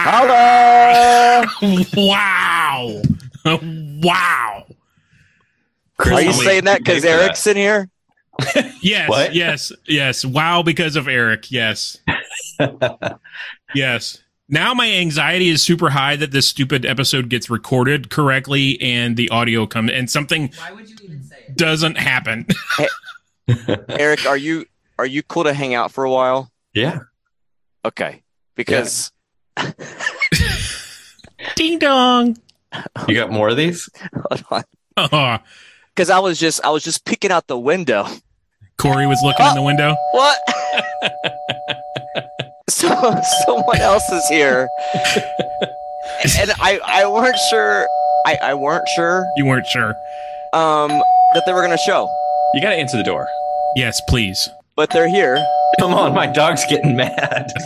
Hello.
wow, wow.
Are you
Holy
saying that because
for that.
Eric's in here?
Yes,
What?
yes, yes. Wow, because of Eric. Yes, yes. Now my anxiety is super high that this stupid episode gets recorded correctly and the audio comes and something
Why would you even say it?
doesn't happen.
Eric, are you are you cool to hang out for a while?
yeah.
Okay, because
Ding dong.
You got more of these?
hold on.
Oh,
'Cause I was just I was just peeking out the window.
Corey was looking in the window.
What? so someone else is here, and I I weren't sure I I weren't sure
You weren't sure.
um that they were gonna show,
You got to answer the door.
Yes, please.
but they're here.
Come on, my dog's getting mad.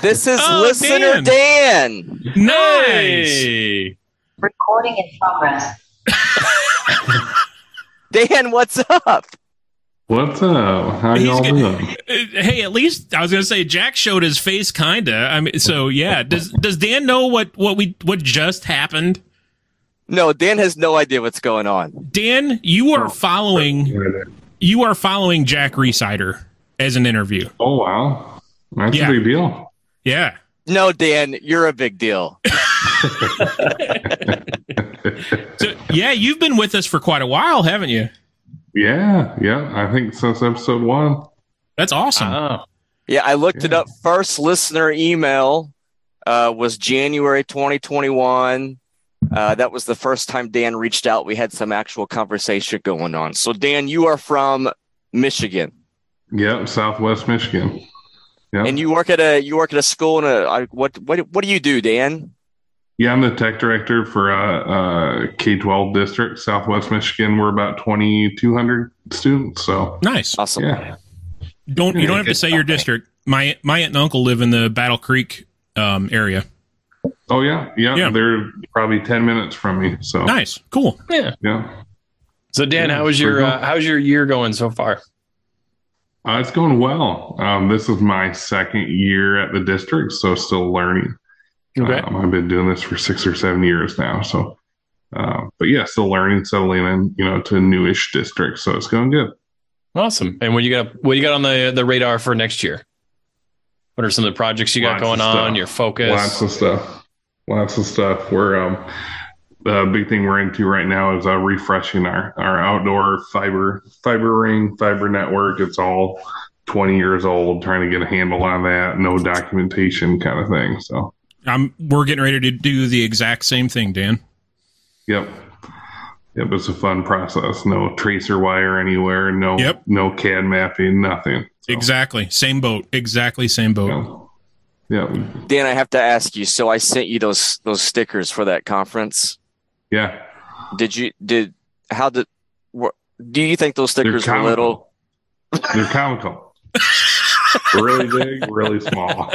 This is
Oh,
listener
Dan.
Dan.
Nice.
Hey.
Recording in progress.
Dan, what's up?
What's up? How
He's
y'all
good.
doing?
Uh, Hey, at least I was gonna say Jack showed his face, kinda. I mean, so yeah. Does does Dan know what what we what just happened?
No, Dan has no idea what's going on.
Dan, you
Oh,
are following you are following Jack Resider as an interview.
Oh wow, that's
Yeah.
a big deal.
Yeah.
No, Dan, you're a big deal.
So yeah, you've been with us for quite a while, haven't you?
yeah, yeah. I think since episode one.
That's awesome.
Oh.
Yeah, I looked it
Yeah.
up. First listener email uh, was January 2021. Uh, that was the first time Dan reached out. We had some actual conversation going on. So, Dan, you are from Michigan,
Yep, Southwest Michigan. Yep.
and you work at a you work at a school. And a I- what what what do you do, Dan?
yeah, I'm the tech director for uh, uh, K-12 district, Southwest Michigan. We're about 2,200 students. So
nice.
Awesome.
yeah,
Don't you don't have to say your district. my my aunt and uncle live in the Battle Creek um, area.
Oh yeah, yeah,
Yeah.
They're probably ten minutes from me. So
Nice, cool.
Yeah.
Yeah,
So Dan,
Yeah,
how was your
pretty
uh, how's your year going so far?
uh, it's going well. Um, this is my second year at the district, so still learning. Um, I've been doing this for six or seven years now. So, uh, but yeah, still learning, settling in, you know, to a newish district. So it's going good.
Awesome. And what you got what you got on the the radar for next year? What are some of the projects you got
Lots of
going on?
stuff.
Your focus.
Lots of stuff. Lots of stuff. We're um the big thing we're into right now is uh, refreshing our our outdoor fiber fiber ring fiber network. It's all twenty years old. Trying to get a handle on that. No documentation, kind of thing. So
I'm we're getting ready to do the exact same thing, Dan.
yep. Yep, it's a fun process. No tracer wire anywhere. No,
Yep.
no CAD mapping. Nothing.
Exactly, same boat. Exactly, same boat.
Yeah,
Dan, I have to ask you. So I sent you those those stickers for that conference.
yeah.
Did you did how did wha- do you think those stickers were
comical.
little?
They're comical. really big, really small.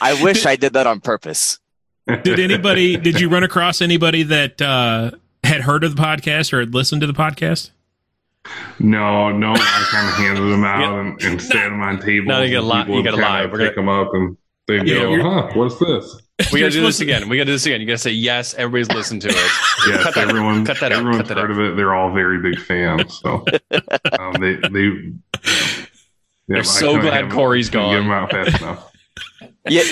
I wish I did that on purpose.
Did anybody? did you run across anybody that uh, had heard of the podcast or had listened to the podcast?
No, no, I kind of handed them out and, and set them on tables.
No, you gotta
and
lie-
people
you
would
gotta
kinda
lie. We're
pick them up and they
Yeah,
go,
you're-
"Huh, what's this?"
We
You're
gotta do
supposed
this
to-
again. We gotta do this again. You gotta say yes, everybody's listened to it.
Yes,
Cut that-
everyone,
cut that out,
everyone's
cut that
heard
out.
of it. They're all very big fans. So um, they, they,
They're so glad Corey's gone.
Give them out fast enough.
Yeah,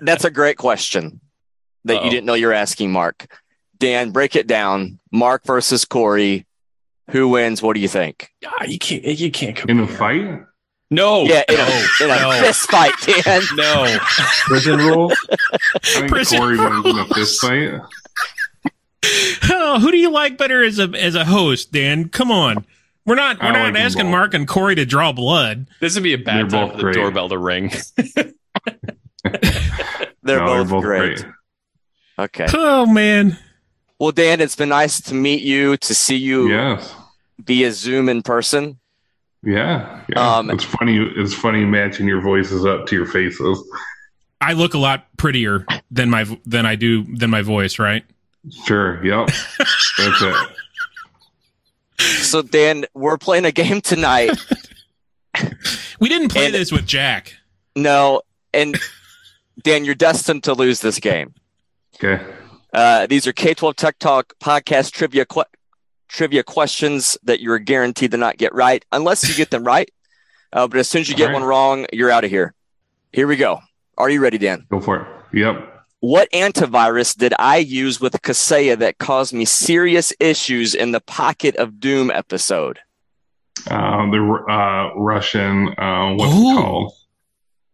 that's a great question that
Uh-oh.
you didn't know you're asking, Mark. Dan, break it down. Mark versus Corey. Who wins? What do you think?
Ah, you can't you can't compare.
In a fight,
No.
yeah, in a,
no,
in a
no,
fist fight, Dan.
no.
prison rules. I think
Prison
Corey wins in a
rules.
fist fight.
Oh, who do you like better as a as a host, Dan? Come on, we're not we're
I
not
like them
asking
both.
Mark and Corey to draw blood.
This would be a
They're
bad time
both
for the
great.
doorbell to ring.
They're,
No,
both, great. Okay.
Oh man,
Well, Dan, it's been nice to meet you, to see you
Yes.
via Zoom in person.
Yeah, yeah.
Um,
it's funny. It's funny matching your voices up to your faces.
I look a lot prettier than my v- than I do than my voice, right?
Sure. Yep. That's it.
So, Dan, we're playing a game tonight.
We didn't play
And-
this with Jack.
no, and Dan, you're destined to lose this game.
Okay.
Uh, these are K-12 Tech Talk podcast trivia que- trivia questions that you're guaranteed to not get right, unless you get them right. Uh, but as soon as you get
All right.
one wrong, you're out of here. Here we go. Are you ready, Dan?
Go for it. Yep.
What antivirus did I use with Kaseya that caused me serious issues in the Pocket of Doom episode?
Uh, the uh, Russian. Uh, what's it
Ooh.
called?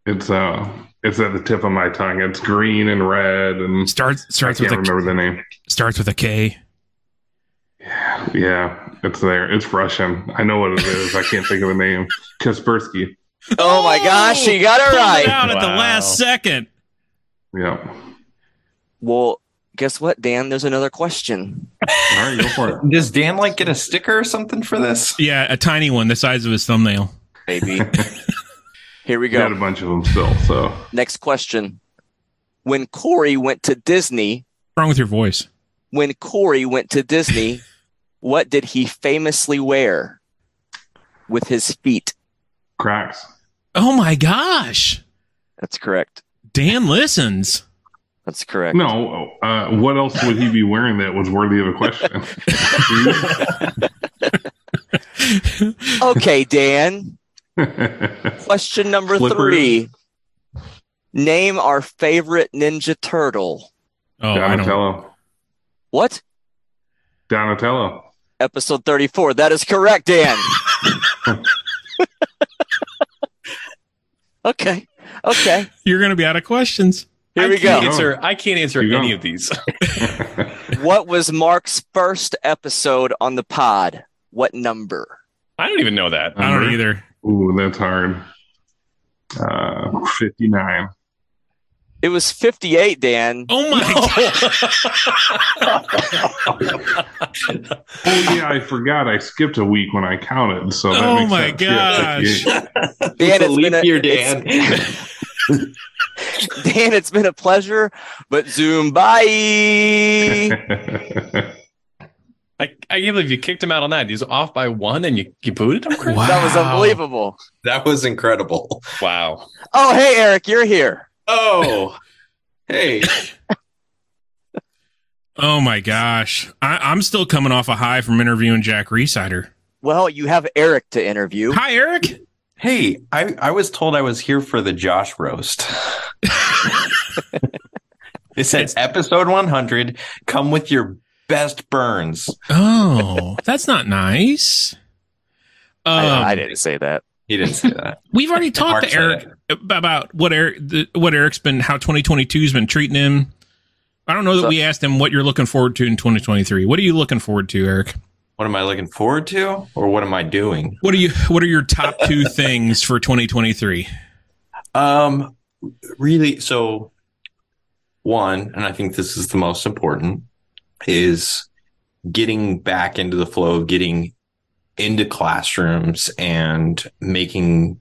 It's uh, it's at the tip of my tongue. It's green and red, and
Starts
I
starts
can't
with a
remember the name.
starts with a K.
Yeah, it's there. It's Russian. I know what it is. I can't think of the name. Kaspersky.
Oh my gosh, you got it
Pulled it
right.
out at the
Wow.
last second.
Yep.
Well, guess what, Dan? There's another question.
All right, go for it.
Does Dan like get a sticker or something for this?
Yeah, a tiny one the size of his thumbnail.
Maybe. Here we
We got
go.
a bunch of them still. So
Next question. When Corey went to Disney,
What's wrong with your voice?
when Corey went to Disney, what did he famously wear with his feet?
cracks.
Oh my gosh,
That's correct.
Dan listens.
That's correct.
No, uh, what else would he be wearing that was worthy of a question?
Okay, Dan. Question number
Slippers.
three. Name our favorite Ninja Turtle.
Oh, I don't.
Donatello.
What?
Donatello.
Episode 34. That is correct, Dan. okay. Okay.
You're gonna be out of questions.
Here
I
we
can't
go.
Answer, I can't answer
Keep
any
going.
of these.
What was Mark's first episode on the pod? What number?
I don't even know that.
I don't
Number?
either.
Ooh, that's hard. Uh, 59.
It was 58, Dan.
Oh my god.
Oh yeah, I forgot. I skipped a week when I counted. So that
Oh
makes
my
sense. Yeah,
gosh.
Dan,
It's
58.
a
it's been
leap
a-
year,
it's-
Dan.
Dan, it's been a pleasure, but Zoom, bye.
I, I can't believe you kicked him out on that. He's off by one and you, you booted him? Chris?
That was unbelievable.
That was incredible.
Wow.
Oh, hey, Eric, you're here.
Oh, hey,
Oh my gosh. I, I'm still coming off a high from interviewing Jack Resider.
Well, you have Eric to interview.
Hi, Eric.
hey! I I was told I was here for the Josh roast. it said episode 100. Come with your best burns.
Oh, that's not nice. Um,
I, I didn't say that.
He didn't say that.
We've already talked
Mark
to
said
Eric about what Eric, the, what Eric's been, how 2022's been treating him. I don't know that
So-
we asked him what you're looking forward to in 2023. What are you looking forward to, Eric?
What am I looking forward to, or what am I doing?
What are you? What are your top two things for 2023?
Um, really. So, one, and I think this is the most important, is getting back into the flow, getting into classrooms, and making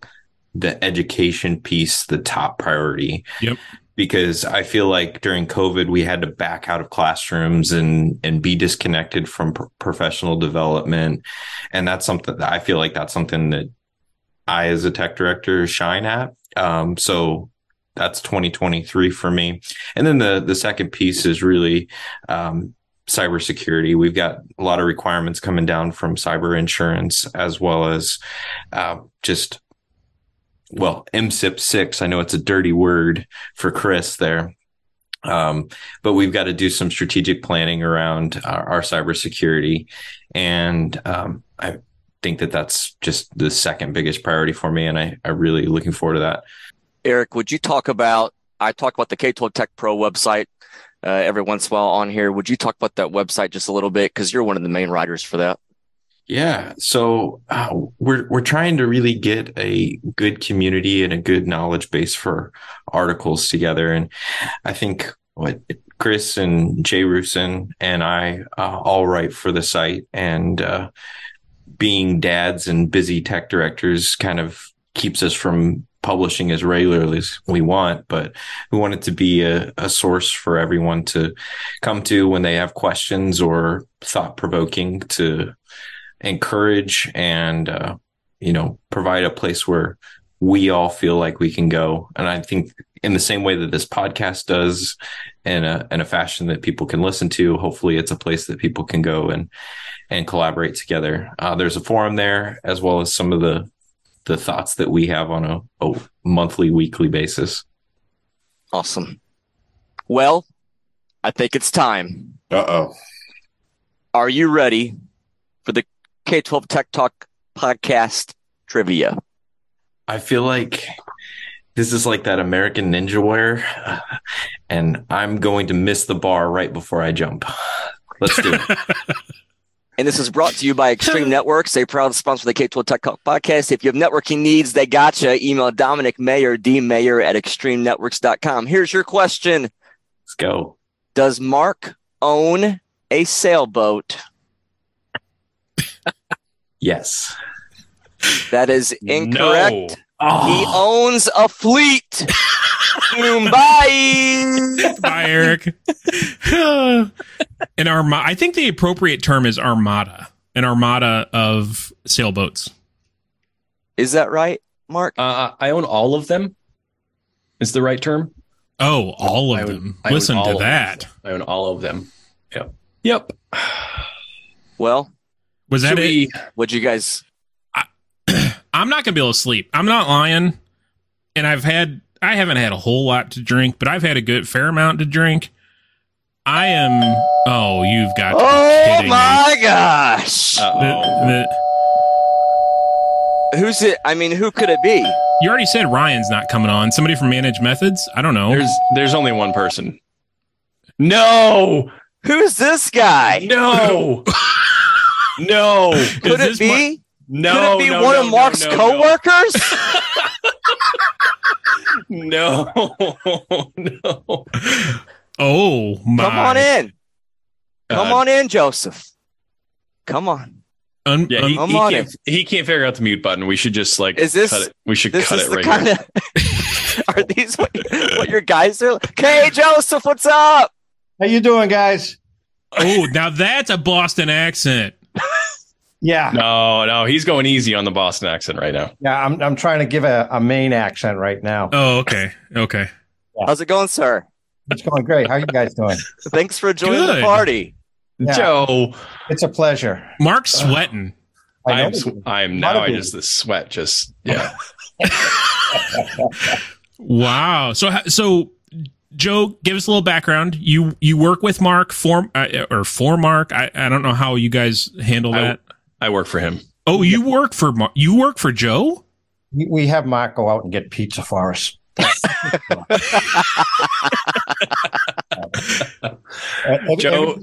the education piece the top priority.
Yep.
Because I feel like during COVID, we had to back out of classrooms and and be disconnected from pro- professional development, and that's something that I feel like that's something that I, as a tech director, shine at. Um, so that's 2023 for me. And then the the second piece is really um, cybersecurity. We've got a lot of requirements coming down from cyber insurance as well as uh, just well MSIP six. I know it's a dirty word for Chris there. Um, but we've got to do some strategic planning around our, our cybersecurity, and um, I think that that's just the second biggest priority for me, and I I really looking forward to that.
Eric, would you talk about? I talk about the K 12 Tech Pro website uh, every once in a while on here. Would you talk about that website just a little bit? Because you're one of the main writers for that.
Yeah, so uh, we're we're trying to really get a good community and a good knowledge base for articles together, and I think what Chris and Jay Rusin and I uh, all write for the site, and uh, being dads and busy tech directors kind of keeps us from publishing as regularly as we want, but we want it to be a, a source for everyone to come to when they have questions or thought provoking to encourage and uh, you know provide a place where we all feel like we can go and i think in the same way that this podcast does in a in a fashion that people can listen to hopefully it's a place that people can go and and collaborate together uh, there's a forum there as well as some of the the thoughts that we have on a, a monthly weekly basis
Awesome. Well, I think it's time.
uh-oh
Are you ready for the K 12 Tech Talk podcast trivia?
I feel like this is like that American Ninja wear, and I'm going to miss the bar right before I jump. Let's do it.
And this is brought to you by Extreme Networks, a proud sponsor of the K 12 Tech Talk podcast. If you have networking needs, they gotcha. Email Dominic Mayer, dmayer at extremenetworks.com. Here's your question
Let's go.
Does Mark own a sailboat?
Yes.
That is incorrect. He
Oh,
owns a fleet. Mumbai.
Bye, Eric. An armada. I think the appropriate term is armada. An armada of sailboats.
Is that right, Mark?
Uh, I own all of them. Is the right term?
Oh, all
I
of
would-
them.
I would
Listen
all
to
of them.
that.
I own all of them. Yep. Yep.
Well,
Was that
Should
it?
we-
would you guys?
I'm not gonna be able to sleep. I'm not lying, and I've had I haven't had a whole lot to drink, but I've had a good fair amount to drink. I am. Oh, you've got. To be
Oh
kidding Me.
my gosh!
The- the-
Who's it? I mean, who could it be?
you already said Ryan's not coming on. Somebody from Managed Methods. I don't know.
There's there's only one person. No.
Who's this guy?
No. no.
Could it
this
be?
Mar-
could
No.
it be
no,
one
no,
of
no,
Mark's
no, no.
coworkers?
no, no.
Oh my!
Come on in. Come
God.
on in, Joseph. Come on.
Un-
Yeah,
un-
he,
I'm
he
on
can't, he can't figure out the mute button. We should just like
Is this-
cut it. We should
This
cut
is
it
the
right
kind
here.
of. Are these what, what your guys are? Hey, Joseph, what's up?
How you doing, guys?
oh, now that's a Boston accent.
Yeah,
No, no, he's going easy on the Boston accent right now.
yeah. I'm I'm trying to give a, a main accent right now.
Oh, okay, okay.
How's it going, sir?
It's going great. How you guys doing?
Thanks for joining
Good.
the party.
Yeah,
Joe,
It's a pleasure.
Mark's sweating.
I
I'm
know.
sw- I'm
Lot of
now. I
people.
just the sweat just yeah.
Wow. So ha- so Joe, give us a little background. You you work with Mark for uh, or for Mark. I, I don't know how you guys handle
I-
that.
I work for him.
oh, you work for Mar- you work for Joe?
We- We have Mark go out and get pizza for us. Uh,
Joe,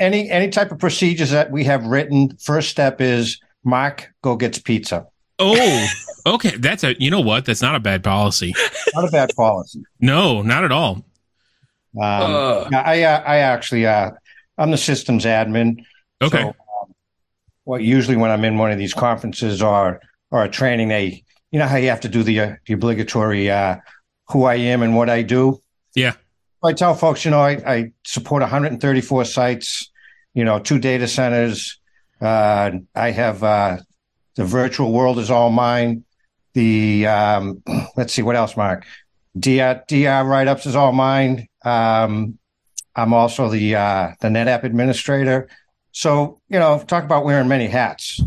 any any type of procedures that we have written first step is mark go gets pizza
Oh, okay. That's a you know what? That's not a bad policy.
not a bad policy
No, not at all.
um, yeah, i uh, i actually uh i'm the systems admin
Okay.
So, um, well usually when i'm in one of these conferences or or a training they you know how you have to do the uh, the obligatory uh who i am and what i do
Yeah.
I tell folks, you know, I, I support 134 sites, you know, two data centers. Uh, I have uh, the virtual world is all mine. The um, let's see what else, Mark. DR, DR write ups is all mine. Um, I'm also the uh, the NetApp administrator. So you know, talk about wearing many hats.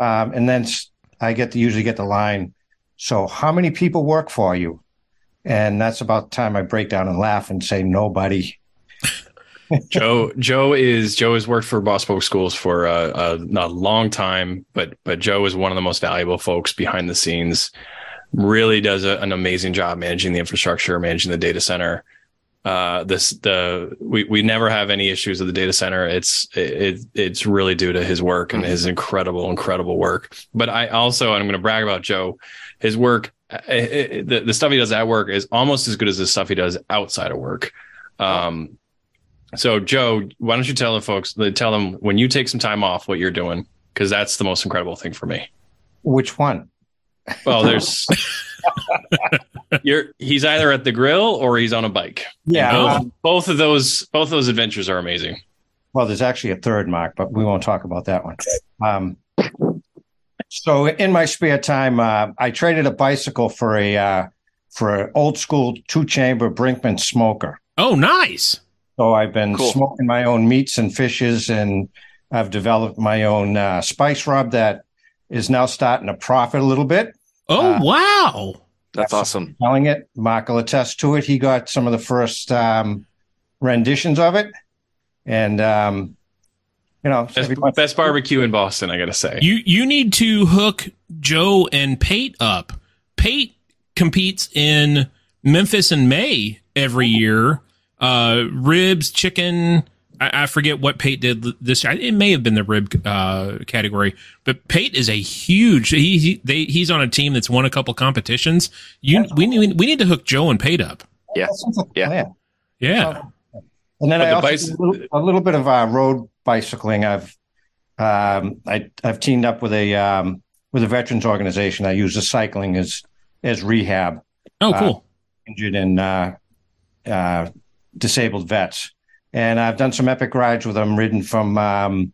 Um, and then s- I get to usually get the line. So how many people work for you? And that's about the time I break down and laugh and say, nobody.
Joe, Joe is Joe has worked for Boss Public Schools for a, a, a long time, but but Joe is one of the most valuable folks behind the scenes. Really does a, an amazing job managing the infrastructure, managing the data center. Uh, this the we, we never have any issues with the data center. It's it, it's really due to his work and his incredible incredible work. But I also and I'm going to brag about Joe. His work, uh, uh, the the stuff he does at work is almost as good as the stuff he does outside of work. Um, so, Joe, why don't you tell the folks, tell them when you take some time off what you're doing, because that's the most incredible thing for me.
Which one?
Well, there's you're he's either at the grill or he's on a bike.
Yeah.
Both,
uh,
both of those, both of those adventures are amazing.
well, there's actually a third, Mark, but we won't talk about that one. Um, so in my spare time, uh, I traded a bicycle for a uh, for an old school two chamber Brinkman smoker.
Oh, nice.
So I've been
Cool.
smoking my own meats and fishes, and I've developed my own uh, spice rub that is now starting to profit a little bit.
Oh,
Uh,
wow.
That's awesome.
selling it. Mark will attest to it. He got some of the first um, renditions of it, and um, you know,
Best,
every month-
best barbecue in Boston, I gotta say.
You you need to hook Joe and Pate up. Pate competes in Memphis in May every year. Uh, ribs, chicken. I, I forget what Pate did this. year. It may have been the rib uh, category, but Pate is a huge. He, he they, he's on a team that's won a couple competitions. You we need we need to hook Joe and Pate up.
Yeah.
That sounds like a
Yeah.
plan.
Yeah.
oh, And then
But
I
the
also do
bicy-
a, little, a little bit of uh, road bicycling. I've um, I, I've teamed up with a um, with a veterans organization. I use the cycling as as rehab Uh,
Oh, cool.
injured and uh, uh, disabled vets. And I've done some epic rides with them, ridden from, um,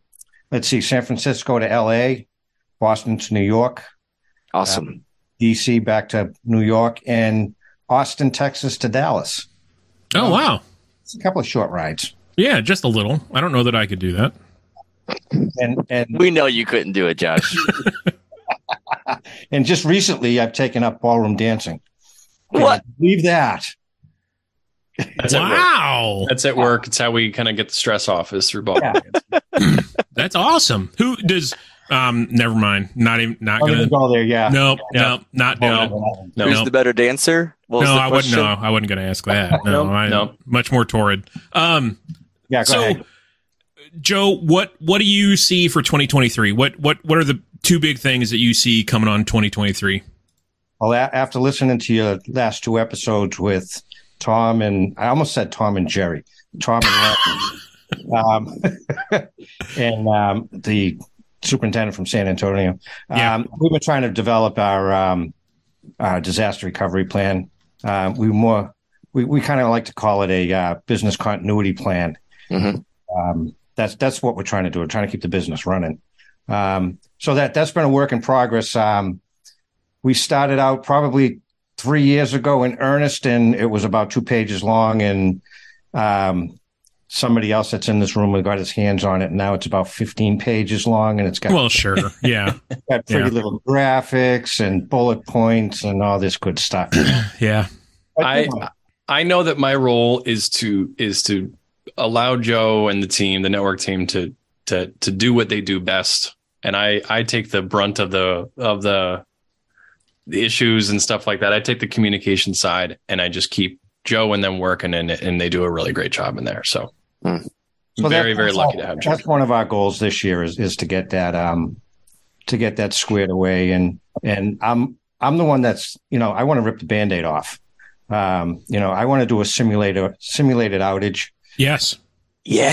let's see, San Francisco to LA, Boston to New York,
Awesome.
DC back to New York, and Austin, Texas to Dallas.
oh, wow.
It's a couple of short rides.
Yeah, just a little. I don't know that I could do that.
And, and,
We know you couldn't do it, Josh.
and just recently, I've taken up ballroom dancing.
What?
Leave that.
That's at work.
wow.
That's at work. It's how we kind of get the stress off is through ball.
Yeah.
That's awesome. Who does? Um, never mind. Not even. Not
I'm going
gonna.
to go there. Yeah.
No, no, not doing it.
No,
Who's the better dancer? What was
no,
the
I wouldn't.
question?
No, I wasn't gonna ask that. No,
Nope,
I,
nope.
much more torrid. Um,
Yeah. Go
so,
ahead.
Joe, what what do you see for 2023? What what what are the two big things that you see coming on 2023?
Well, a- after listening to your last two episodes with Tom and I almost said Tom and Jerry, Tom and Larry, um, and um, the superintendent from San Antonio,
Yeah.
um, we were trying to develop our, um, our disaster recovery plan. Um, we more we, we kind of like to call it a uh, business continuity plan. Um, that's that's what we're trying to do. We're trying to keep the business running. Um, so that that's been a work in progress. Um, we started out probably three years ago in earnest, and it was about two pages long. And um, somebody else that's in this room got his hands on it. And now it's about fifteen pages long, and it's got
Well, sure. Yeah.
got pretty
Yeah.
little graphics and bullet points and all this good stuff.
yeah.
I I know that my role is to is to allow Joe and the team, the network team, to to to do what they do best, and I I take the brunt of the of the the issues and stuff like that. I take the communication side, and I just keep Joe and them working, and and they do a really great job in there. So
So that-
Hmm. very very
that's
lucky
all-
to have Joe.
That's one of our goals this year is is to get that um to get that squared away and and I'm I'm the one that's you know I want to rip the band-aid off. Um, you know, I want to do a simulator simulated outage.
Yes.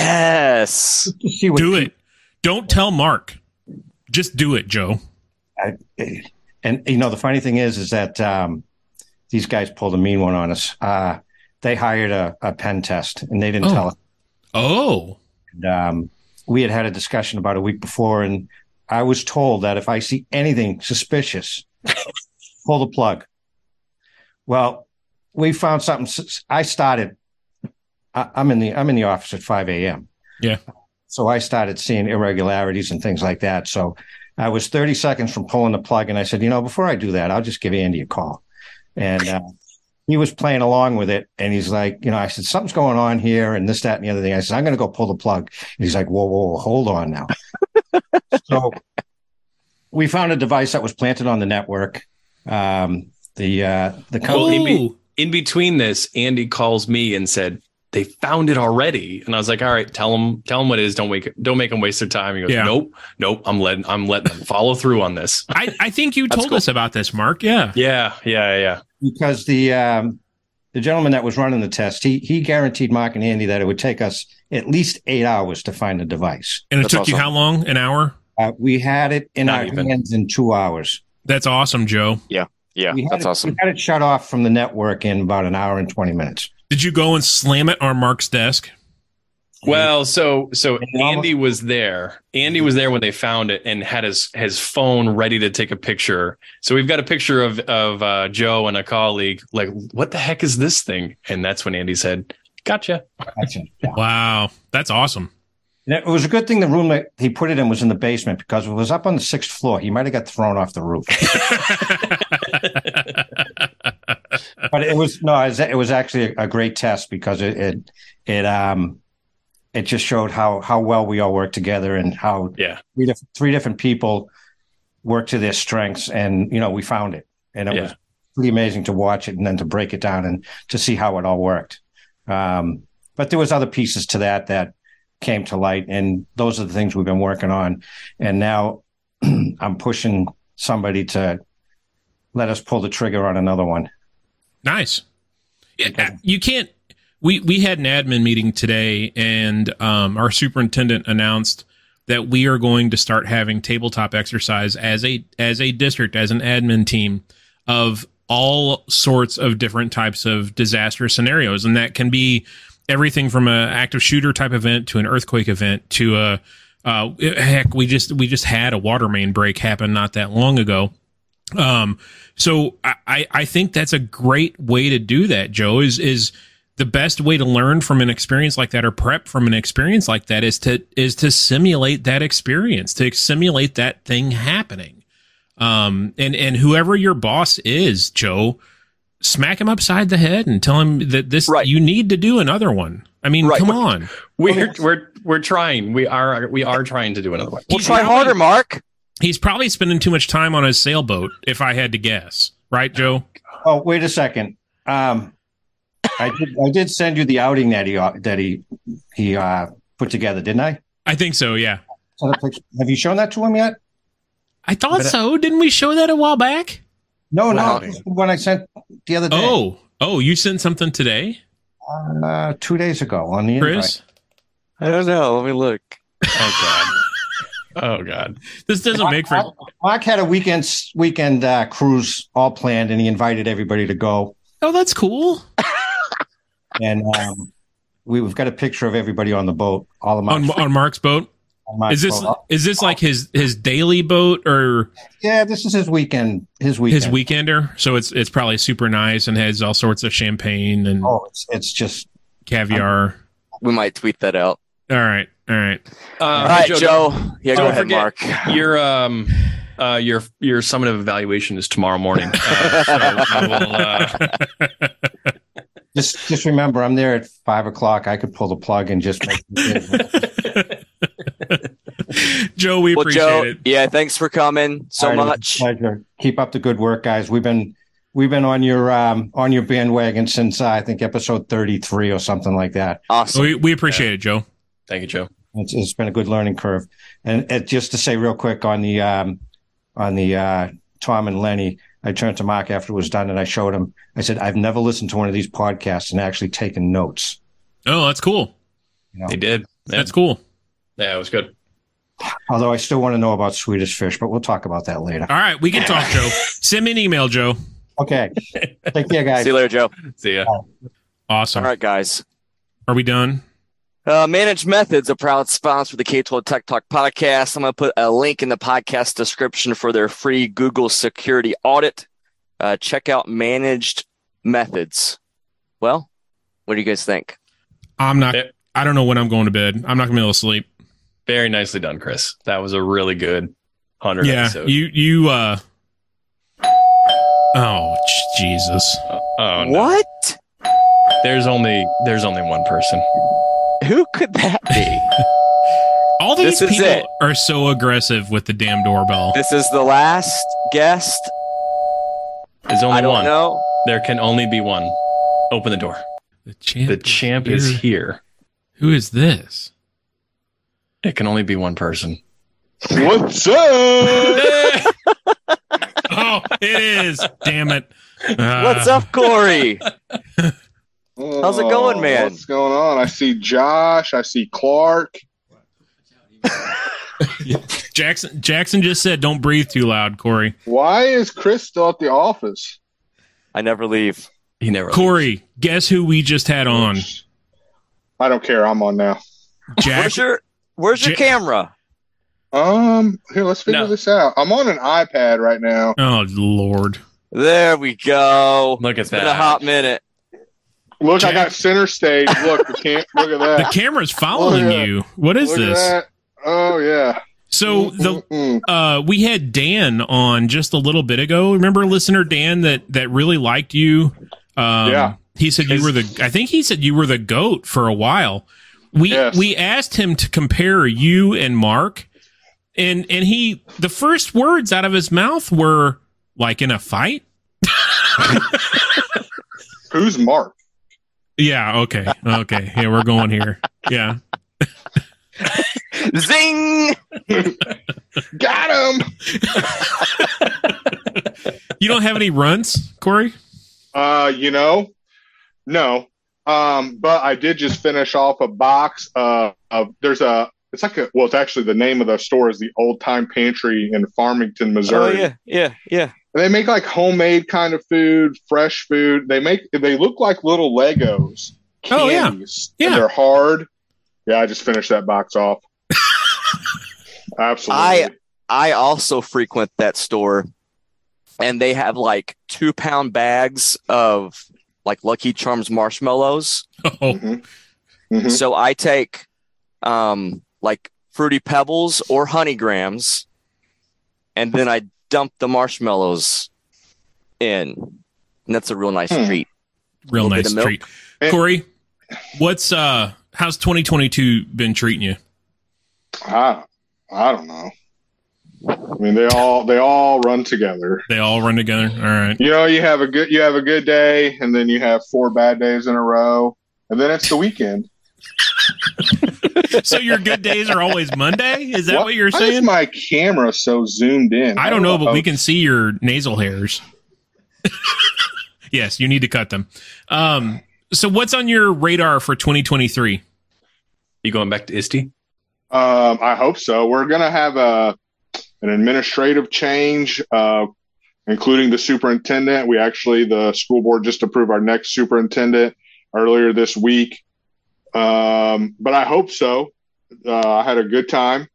Yes.
Do it. Don't tell Mark. Just do it, Joe.
I, and you know the funny thing is is that um these guys pulled a mean one on us. Uh they hired a, a pen test and they didn't
Oh.
tell us.
Oh.
And, um, we had had a discussion about a week before, and I was told that if I see anything suspicious, pull the plug. Well, we found something. s- I started. I, I'm in the I'm in the office at 5 a.m.
Yeah.
So I started seeing irregularities and things like that. So I was 30 seconds from pulling the plug, and I said, you know, before I do that, I'll just give Andy a call. And uh, he was playing along with it, and he's like, you know, I said something's going on here, and this, that, and the other thing. I said I'm going to go pull the plug. And he's like, whoa, whoa, whoa hold on now. so we found a device that was planted on the network. Um, the uh, the
Well,
company
in, be- in between this, Andy calls me and said they found it already, and I was like, "All right, tell them, tell them what it is. Don't wake, don't make them waste their time." He goes,
Yeah.
"Nope, nope. I'm letting, I'm letting them follow through on this."
I, I think you told us about this, Mark. Yeah.
Yeah, yeah, yeah.
because the um, the gentleman that was running the test, he he guaranteed Mark and Andy that it would take us at least eight hours to find a device.
And it
That's
took you
awesome.
how long? An hour?
Uh, we had it in
Not
our
even.
hands in two hours.
That's awesome, Joe.
Yeah. Yeah.
We had
That's
it-
awesome.
We had it shut off from the network in about an hour and twenty minutes.
Did you go and slam it on Mark's desk?
Well, so so Andy was there. Andy was there when they found it and had his his phone ready to take a picture. So we've got a picture of of uh, Joe and a colleague. Like, what the heck is this thing? And that's when Andy said, "Gotcha."
Gotcha.
Wow. That's awesome.
And it was a good thing the room that he put it in was in the basement because if it was up on the sixth floor, he might have got thrown off the roof. but it was no, it was, it was actually a, a great test because it it it um it just showed how how well we all work together and how
Yeah.
three, diff- three different people work to their strengths and you know we found it and it
Yeah.
was pretty amazing to watch it and then to break it down and to see how it all worked. Um, but there was other pieces to that that came to light and those are the things we've been working on and now i'm pushing somebody to let us pull the trigger on another one
Nice. Yeah, you can't. We we had an admin meeting today, and um, our superintendent announced that we are going to start having tabletop exercise as a as a district as an admin team of all sorts of different types of disaster scenarios, and that can be everything from a active shooter type event to an earthquake event to a uh, heck. We just we just had a water main break happen not that long ago. Um, so I- I, I think that's a great way to do that, Joe, is is the best way to learn from an experience like that or prep from an experience like that is to is to simulate that experience, to simulate that thing happening. Um and, and whoever your boss is, Joe, smack him upside the head and tell him that this you need to do another one. I mean, come on.
We're we're we're trying. We are we are trying to do another one.
We'll try harder,
Mark.
He's probably spending too much time on his sailboat, if I had to guess. Right, Joe?
oh wait a second um i did i did send you the outing that he uh, that he he uh put together didn't i
I think so, yeah.
Sent a picture. have you shown that to him yet
I thought
But I-
so. Didn't we show that a while back?
No,
Wow.
no, just the one I sent the other day.
Oh, oh, you sent something today,
uh, two days ago on the
Chris?
I don't know. Let me look.
Oh god. Oh god.
This doesn't make for.
Mark had a weekend weekend uh, cruise all planned, and he invited everybody to go.
Oh, that's cool.
And um, we, we've got a picture of everybody on the boat. All of Mark's,
on on Mark's boat.
on Mark's
is this
boat.
is this like his his daily boat or
Yeah, this is his weekend. His weekend.
his weekender? So it's it's probably super nice and has all sorts of champagne and
Oh, it's, it's just
caviar.
We might tweet that out.
all right, all right.
Um,
All right,
Joe,
Joe. Yeah, go
don't
ahead,
forget
Mark.
Your um uh your your summative evaluation is tomorrow morning. Uh, so I will uh,
just just remember, I'm there at five o'clock. I could pull the plug and just make
Joe, we
Well,
appreciate
Joe,
it.
yeah, thanks for coming so
All right, it was a
much.
Pleasure. Keep up the good work, guys. We've been we've been on your um on your bandwagon since uh, I think episode 33 or something like that.
Awesome.
We we appreciate it, Joe.
thank you, Joe.
It's, it's been a good learning curve. And uh, just to say real quick on the um on the uh Tom and Lenny, I turned to Mark after it was done and I showed him. I said I've never listened to one of these podcasts and actually taken notes.
Oh, that's cool.
They did. Yeah.
That's cool.
Yeah, it was good.
Although I still want to know about Swedish fish, but we'll talk about that later.
All right, we can talk, Joe. Send me an email, Joe.
Okay. Take care, guys.
See you later, Joe.
See ya.
All
Awesome.
right, guys.
Are we done?
Uh, Managed Methods, a proud sponsor of the K12 Tech Talk podcast. I'm going to put a link in the podcast description for their free Google security audit. Uh, check out Managed Methods. Well, what do you guys think?
I'm not.
Yeah.
I don't know when I'm going to bed. I'm not gonna be able to sleep.
Very nicely done, Chris. That was a really good hundred
yeah,
episode.
you you. uh Oh j- Jesus!
oh no.
what?
There's only there's only one person.
Who could that be?
All these
This is
people
it.
are so aggressive with the damn doorbell.
this is the last guest.
There's only
I don't
one.
know.
There can only be one. Open the door.
The champ.
The champ is here.
Who is this?
It can only be one person.
What's up?
Oh, it is. Damn it. Uh,
What's up, Corey?
How's
it going, man?
Oh, What's going on? I see Josh. I see Clark.
Jackson? Jackson just said, "Don't breathe too loud, Corey."
Why is Chris still at the office?
I never leave.
He never.
Corey, guess who we just had on?
I don't care. I'm on now.
Jack.
Where's your Where's your
Ja-
camera?
Um, here, let's figure
No.
this out. I'm on an iPad right now.
Oh Lord.
There we go.
Look at
It's been a
that.
hot minute.
Look, I
Jack-
got center stage. Look, the can't look at
The
that.
camera's following
Look at-
you. What is
look
this?
At that. Oh yeah.
So the
Mm-mm-mm.
uh we had Dan on just a little bit ago. Remember listener Dan that that really liked you? Um
Yeah.
he said you were the I think he said you were the goat for a while. We
Yes.
we asked him to compare you and Mark and and he the first words out of his mouth were like in a fight?
who's Mark?
Yeah, okay. Okay. Yeah, we're going here. Yeah.
Zing!
Got him.
You don't have any runs, Corey?
Uh, you know, no. Um, but I did just finish off a box uh, of there's a it's like a well, it's actually the name of the store is the Old Time Pantry in Farmington,
Oh
Missouri.
yeah, yeah, yeah.
And they make like homemade kind of food, fresh food. They make they look like little Legos.
Oh, yeah.
Candies,
Yeah.
And they're hard. Yeah, I just finished that box off. Absolutely.
I- I also frequent that store, and they have like two pound bags of like Lucky Charms marshmallows.
Oh.
Mhm. Mhm.
So I take um like fruity pebbles or honey grams, and then I dump the marshmallows in, and that's a real nice
Hmm.
treat.
Real
Little bit
nice
of milk.
treat. Corey, what's uh how's 2022 been treating you?
I I don't know. I mean, they all they all run together.
They all run together. All right.
You know, you have a good you have a good day, and then you have four bad days in a row, and then it's the weekend.
So your good days are always Monday? Is that what, you're
Why is
saying?
my camera so zoomed in?
I don't know, but
Oh,
we can see your nasal hairs. yes, you need to cut them. Um, so what's on your radar for 2023?
You going back to ISTE?
Um, I hope so. We're going to have a an administrative change, uh, including the superintendent. We actually the school board just approved our next superintendent earlier this week. Um, but I hope so. Uh, I had a good time.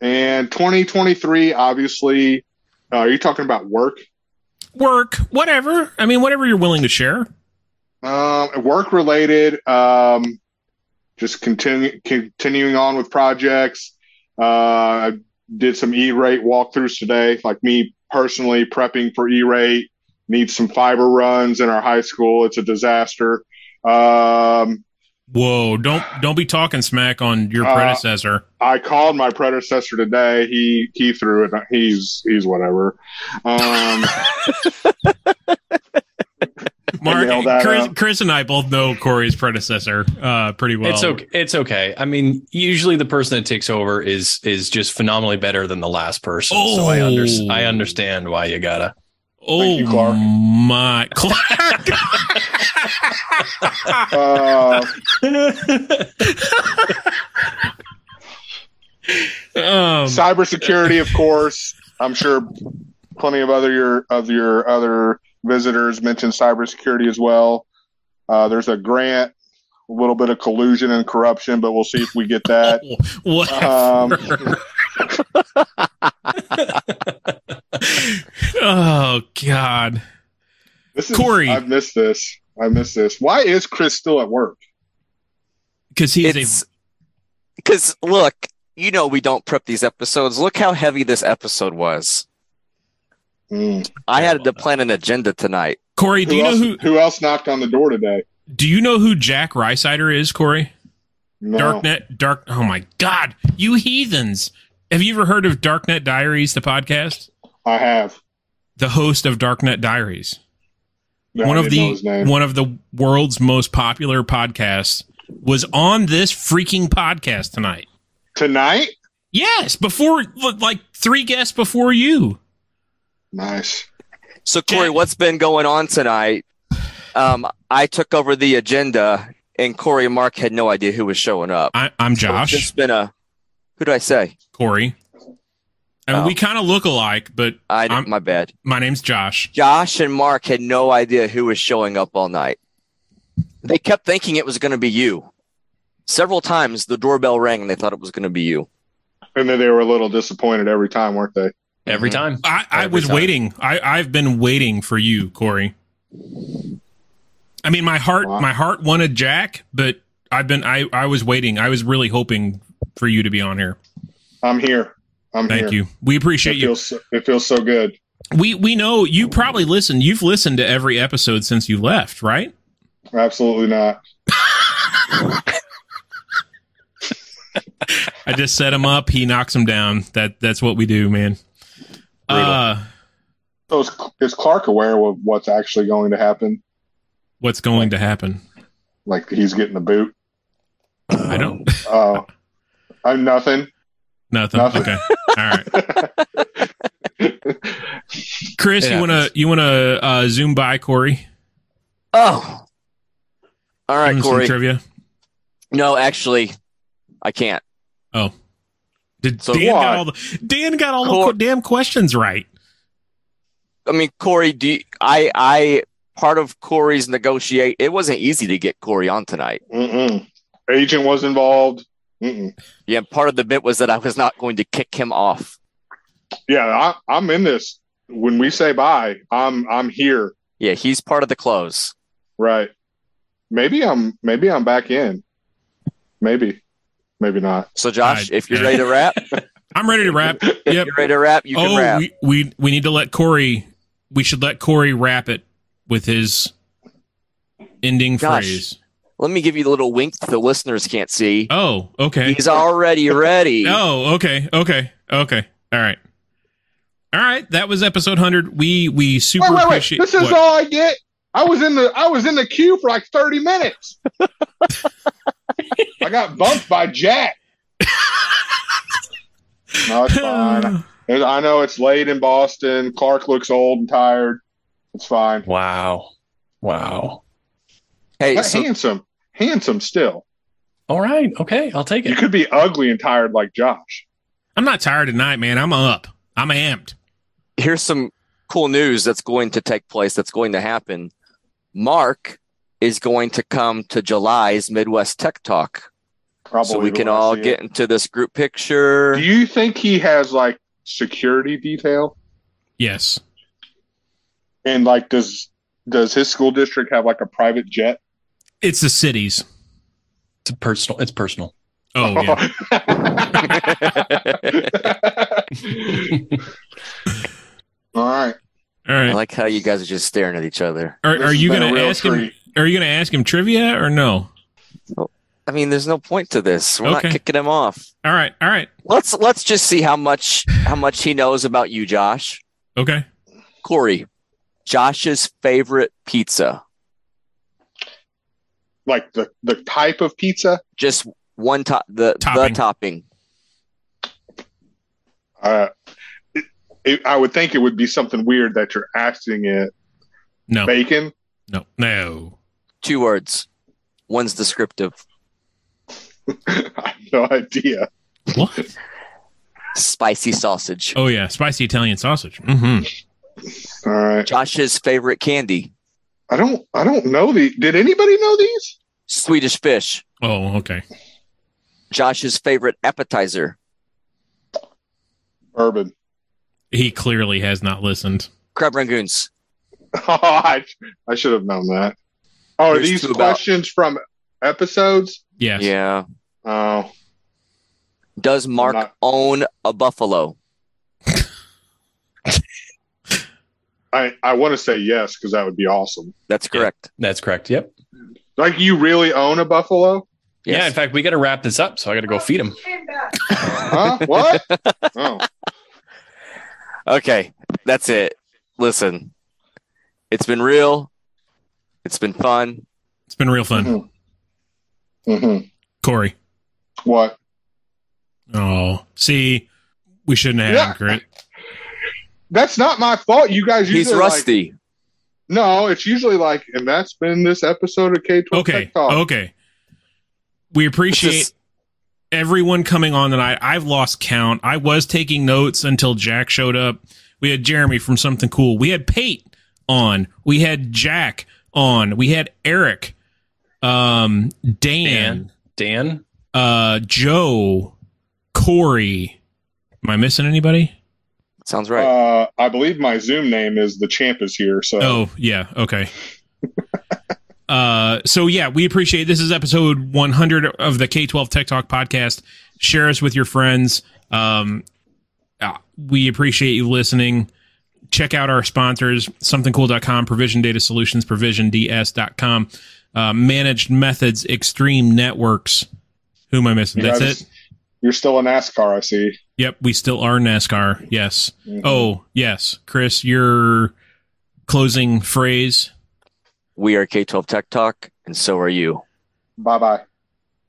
And 2023, obviously, uh, are you talking about work?
Work, whatever. I mean, whatever you're willing to share.
Um, work related. Um, just continue continuing on with projects. Uh, I did some E-rate walkthroughs today. Like me personally, prepping for E-rate needs some fiber runs in our high school. It's a disaster. Um,
Whoa! Don't don't be talking smack on your
Uh,
predecessor.
I called my predecessor today. He he threw it. He's he's whatever. Um,
Mark,
nailed that
Chris,
up.
Chris, and I both know Corey's predecessor uh, pretty well.
it's okay. It's okay. I mean, usually the person that takes over is is just phenomenally better than the last person. So I, under,
Oh.
I understand why you gotta.
Oh my, Clark.
uh,
Um,
cybersecurity, of course. I'm sure plenty of other your of your other visitors mentioned cybersecurity as well. Uh, there's a grant, a little bit of collusion and corruption, but we'll see if we get that. Um,
Whatever. oh God.
This is,
Corey.
I missed this. I missed this. Why is Chris still at work?
Because he's
a. Because look, you know we don't prep these episodes. Look how heavy this episode was. I had to plan an agenda tonight.
Corey, do
Mm. Who
you
else,
know who?
who else knocked on the door today?
Do you know who Jack Rysider is, Corey?
No.
Darknet, dark. Oh my God, you heathens! Have you ever heard of Darknet Diaries, the podcast?
I have.
The host of Darknet Diaries,
No, I
one of
didn't know
the
his name.
one of the world's most popular podcasts, was on this freaking podcast tonight.
Tonight?
Yes, before like three guests before you.
Nice.
So Corey, what's been going on tonight? Um, I took over the agenda, and Corey and Mark had no idea who was showing up.
I, I'm Josh.
it's just been a. Who do I say?
Corey. I mean,
Oh.
we kind of look alike, but
I my bad.
My name's Josh.
Josh and Mark had no idea who was showing up all night. They kept thinking it was going to be you. Several times the doorbell rang and they thought it was going to be you.
And then they were a little disappointed every time, weren't they?
Every time.
I, I was waiting. I, I've been waiting for you, Corey. I mean, my heart, my heart wanted Jack, but I've been, I, I was waiting. I was really hoping for you to be on here.
I'm here. I'm here.
Thank you. We appreciate
it
you.
Feels so, it feels so good.
We, we know you probably listened. You've listened to every episode since you left, right?
Absolutely not.
I just set him up. He knocks him down. That, that's what we do, man. Uh,
So is, is Clark aware of what's actually going to happen?
what's going to happen?
Like he's getting the boot.
I don't.
Oh, I'm nothing.
Nothing.
Nothing.
Okay. All right. Chris,
It
you wanna
happens.
you wanna uh, zoom by Corey?
Oh. All
Give
right,
him Mm, some
Corey.
trivia.
No, actually, I can't.
Oh. Did
So
Dan
why?
got all the Dan got all the
Cor-
the damn questions right.
I mean, Corey, do you- I I part of Corey's negotiate it wasn't easy to get Corey on tonight.
Mm-mm. Agent was involved. Mm-mm.
Yeah, part of the bit was that I was not going to kick him off.
Yeah, I, I'm in this. When we say bye, I'm I'm here.
Yeah, he's part of the close.
Right. Maybe I'm maybe I'm back in. Maybe. Maybe not.
So Josh,
All right,
if you're
yeah.
ready to wrap,
I'm ready to wrap. Yep.
you're ready to wrap, you can
oh,
wrap.
We, we we need to let Corey we should let Corey wrap it with his ending
Josh.
phrase.
Let me give you the little wink that the listeners can't see.
Oh, okay.
He's already ready.
Oh, okay, okay, okay. All right. All right. That was episode hundred. We we super
Wait, wait, wait.
appreciate
This is
what?
all I get. I was in the I was in the queue for like 30 minutes. I got bumped by Jack. no, it's fine. I know it's late in Boston. Clark looks old and tired. It's fine.
Wow. Wow.
Hey,
but
so-
handsome, handsome still.
All right. Okay. I'll take it.
You could be ugly and tired like Josh.
I'm not tired tonight, man. I'm up. I'm amped.
here's some cool news that's going to take place that's going to happen mark is going to come to july's midwest tech talk
Probably
so we
the
can
one I
all
see
get into this group picture
Do you think he has like security detail?
Yes.
And like, does does his school district have like a private jet?
It's the cities.
It's personal. It's personal.
Oh, yeah.
All right.
All right.
I like how you guys are just staring at each other.
Are,
This
are
has
you
been a
gonna
real
ask him?
treat.
Are you gonna ask him trivia or no?
I mean, there's no point to this. We're
Okay.
not kicking him off.
All right. All right.
Let's let's just see how much how much he knows about you, Josh.
Okay.
Corey, Josh's favorite pizza.
Like the the type of pizza.
Just one top the
Topping.
the topping.
Uh, it, it, I would think it would be something weird that you're asking it
No.
bacon.
No. No.
Two words. One's descriptive.
I have no idea.
What?
Spicy sausage.
Oh yeah, spicy Italian sausage. hmm
All right.
Josh's favorite candy.
I don't. I don't know the. Did anybody know these?
Swedish fish.
Oh, okay.
Josh's favorite appetizer.
Bourbon.
He clearly has not listened.
Crab rangoons.
Oh, I, I should have known that. Oh, are
There's
these
two about-
questions from episodes?
Yes.
Yeah.
Oh,
Does Mark
not-
own a buffalo?
I I want to say yes because that would be awesome.
That's correct.
That's correct. Yep.
Like you really own a buffalo?
Yeah. In
Yes.
fact, we got to wrap this up. So I got to go feed him.
Huh? what? Oh,
Okay, that's it. Listen, it's been real. It's been fun.
It's been real fun,
hmm
Corey.
what?
Oh, see, we shouldn't have
Yeah.
him, Crit.
That's not my fault. You guys usually
He's
like-
rusty.
no, it's usually like, and that's been this episode of K twelve
Okay.
Tech Talk.
Okay. We
This
appreciate
is-
everyone coming on tonight. I've lost count. I was taking notes until Jack showed up. We had Jeremy from Something Cool. We had Pate on. We had Jack on. We had Eric, um, Dan,
Dan.
uh, Joe, Corey. Am I missing anybody?
sounds right.
Uh, I believe my Zoom name is the champ is here. So
Oh, yeah. Okay. uh, so yeah, we appreciate this is episode 100 of the K12 Tech Talk podcast. Share us with your friends. Um, uh, we appreciate you listening. Check out our sponsors, somethingcool.com, provision data solutions, provisionds.com, uh, managed methods, extreme networks. Who am I missing?
You
That's
guys-
it.
you're still in NASCAR, I see.
Yep, we still are NASCAR. Yes.
Mhm.
Oh, yes. Chris, your closing phrase.
we are K12 Tech Talk, and so are you.
Bye bye.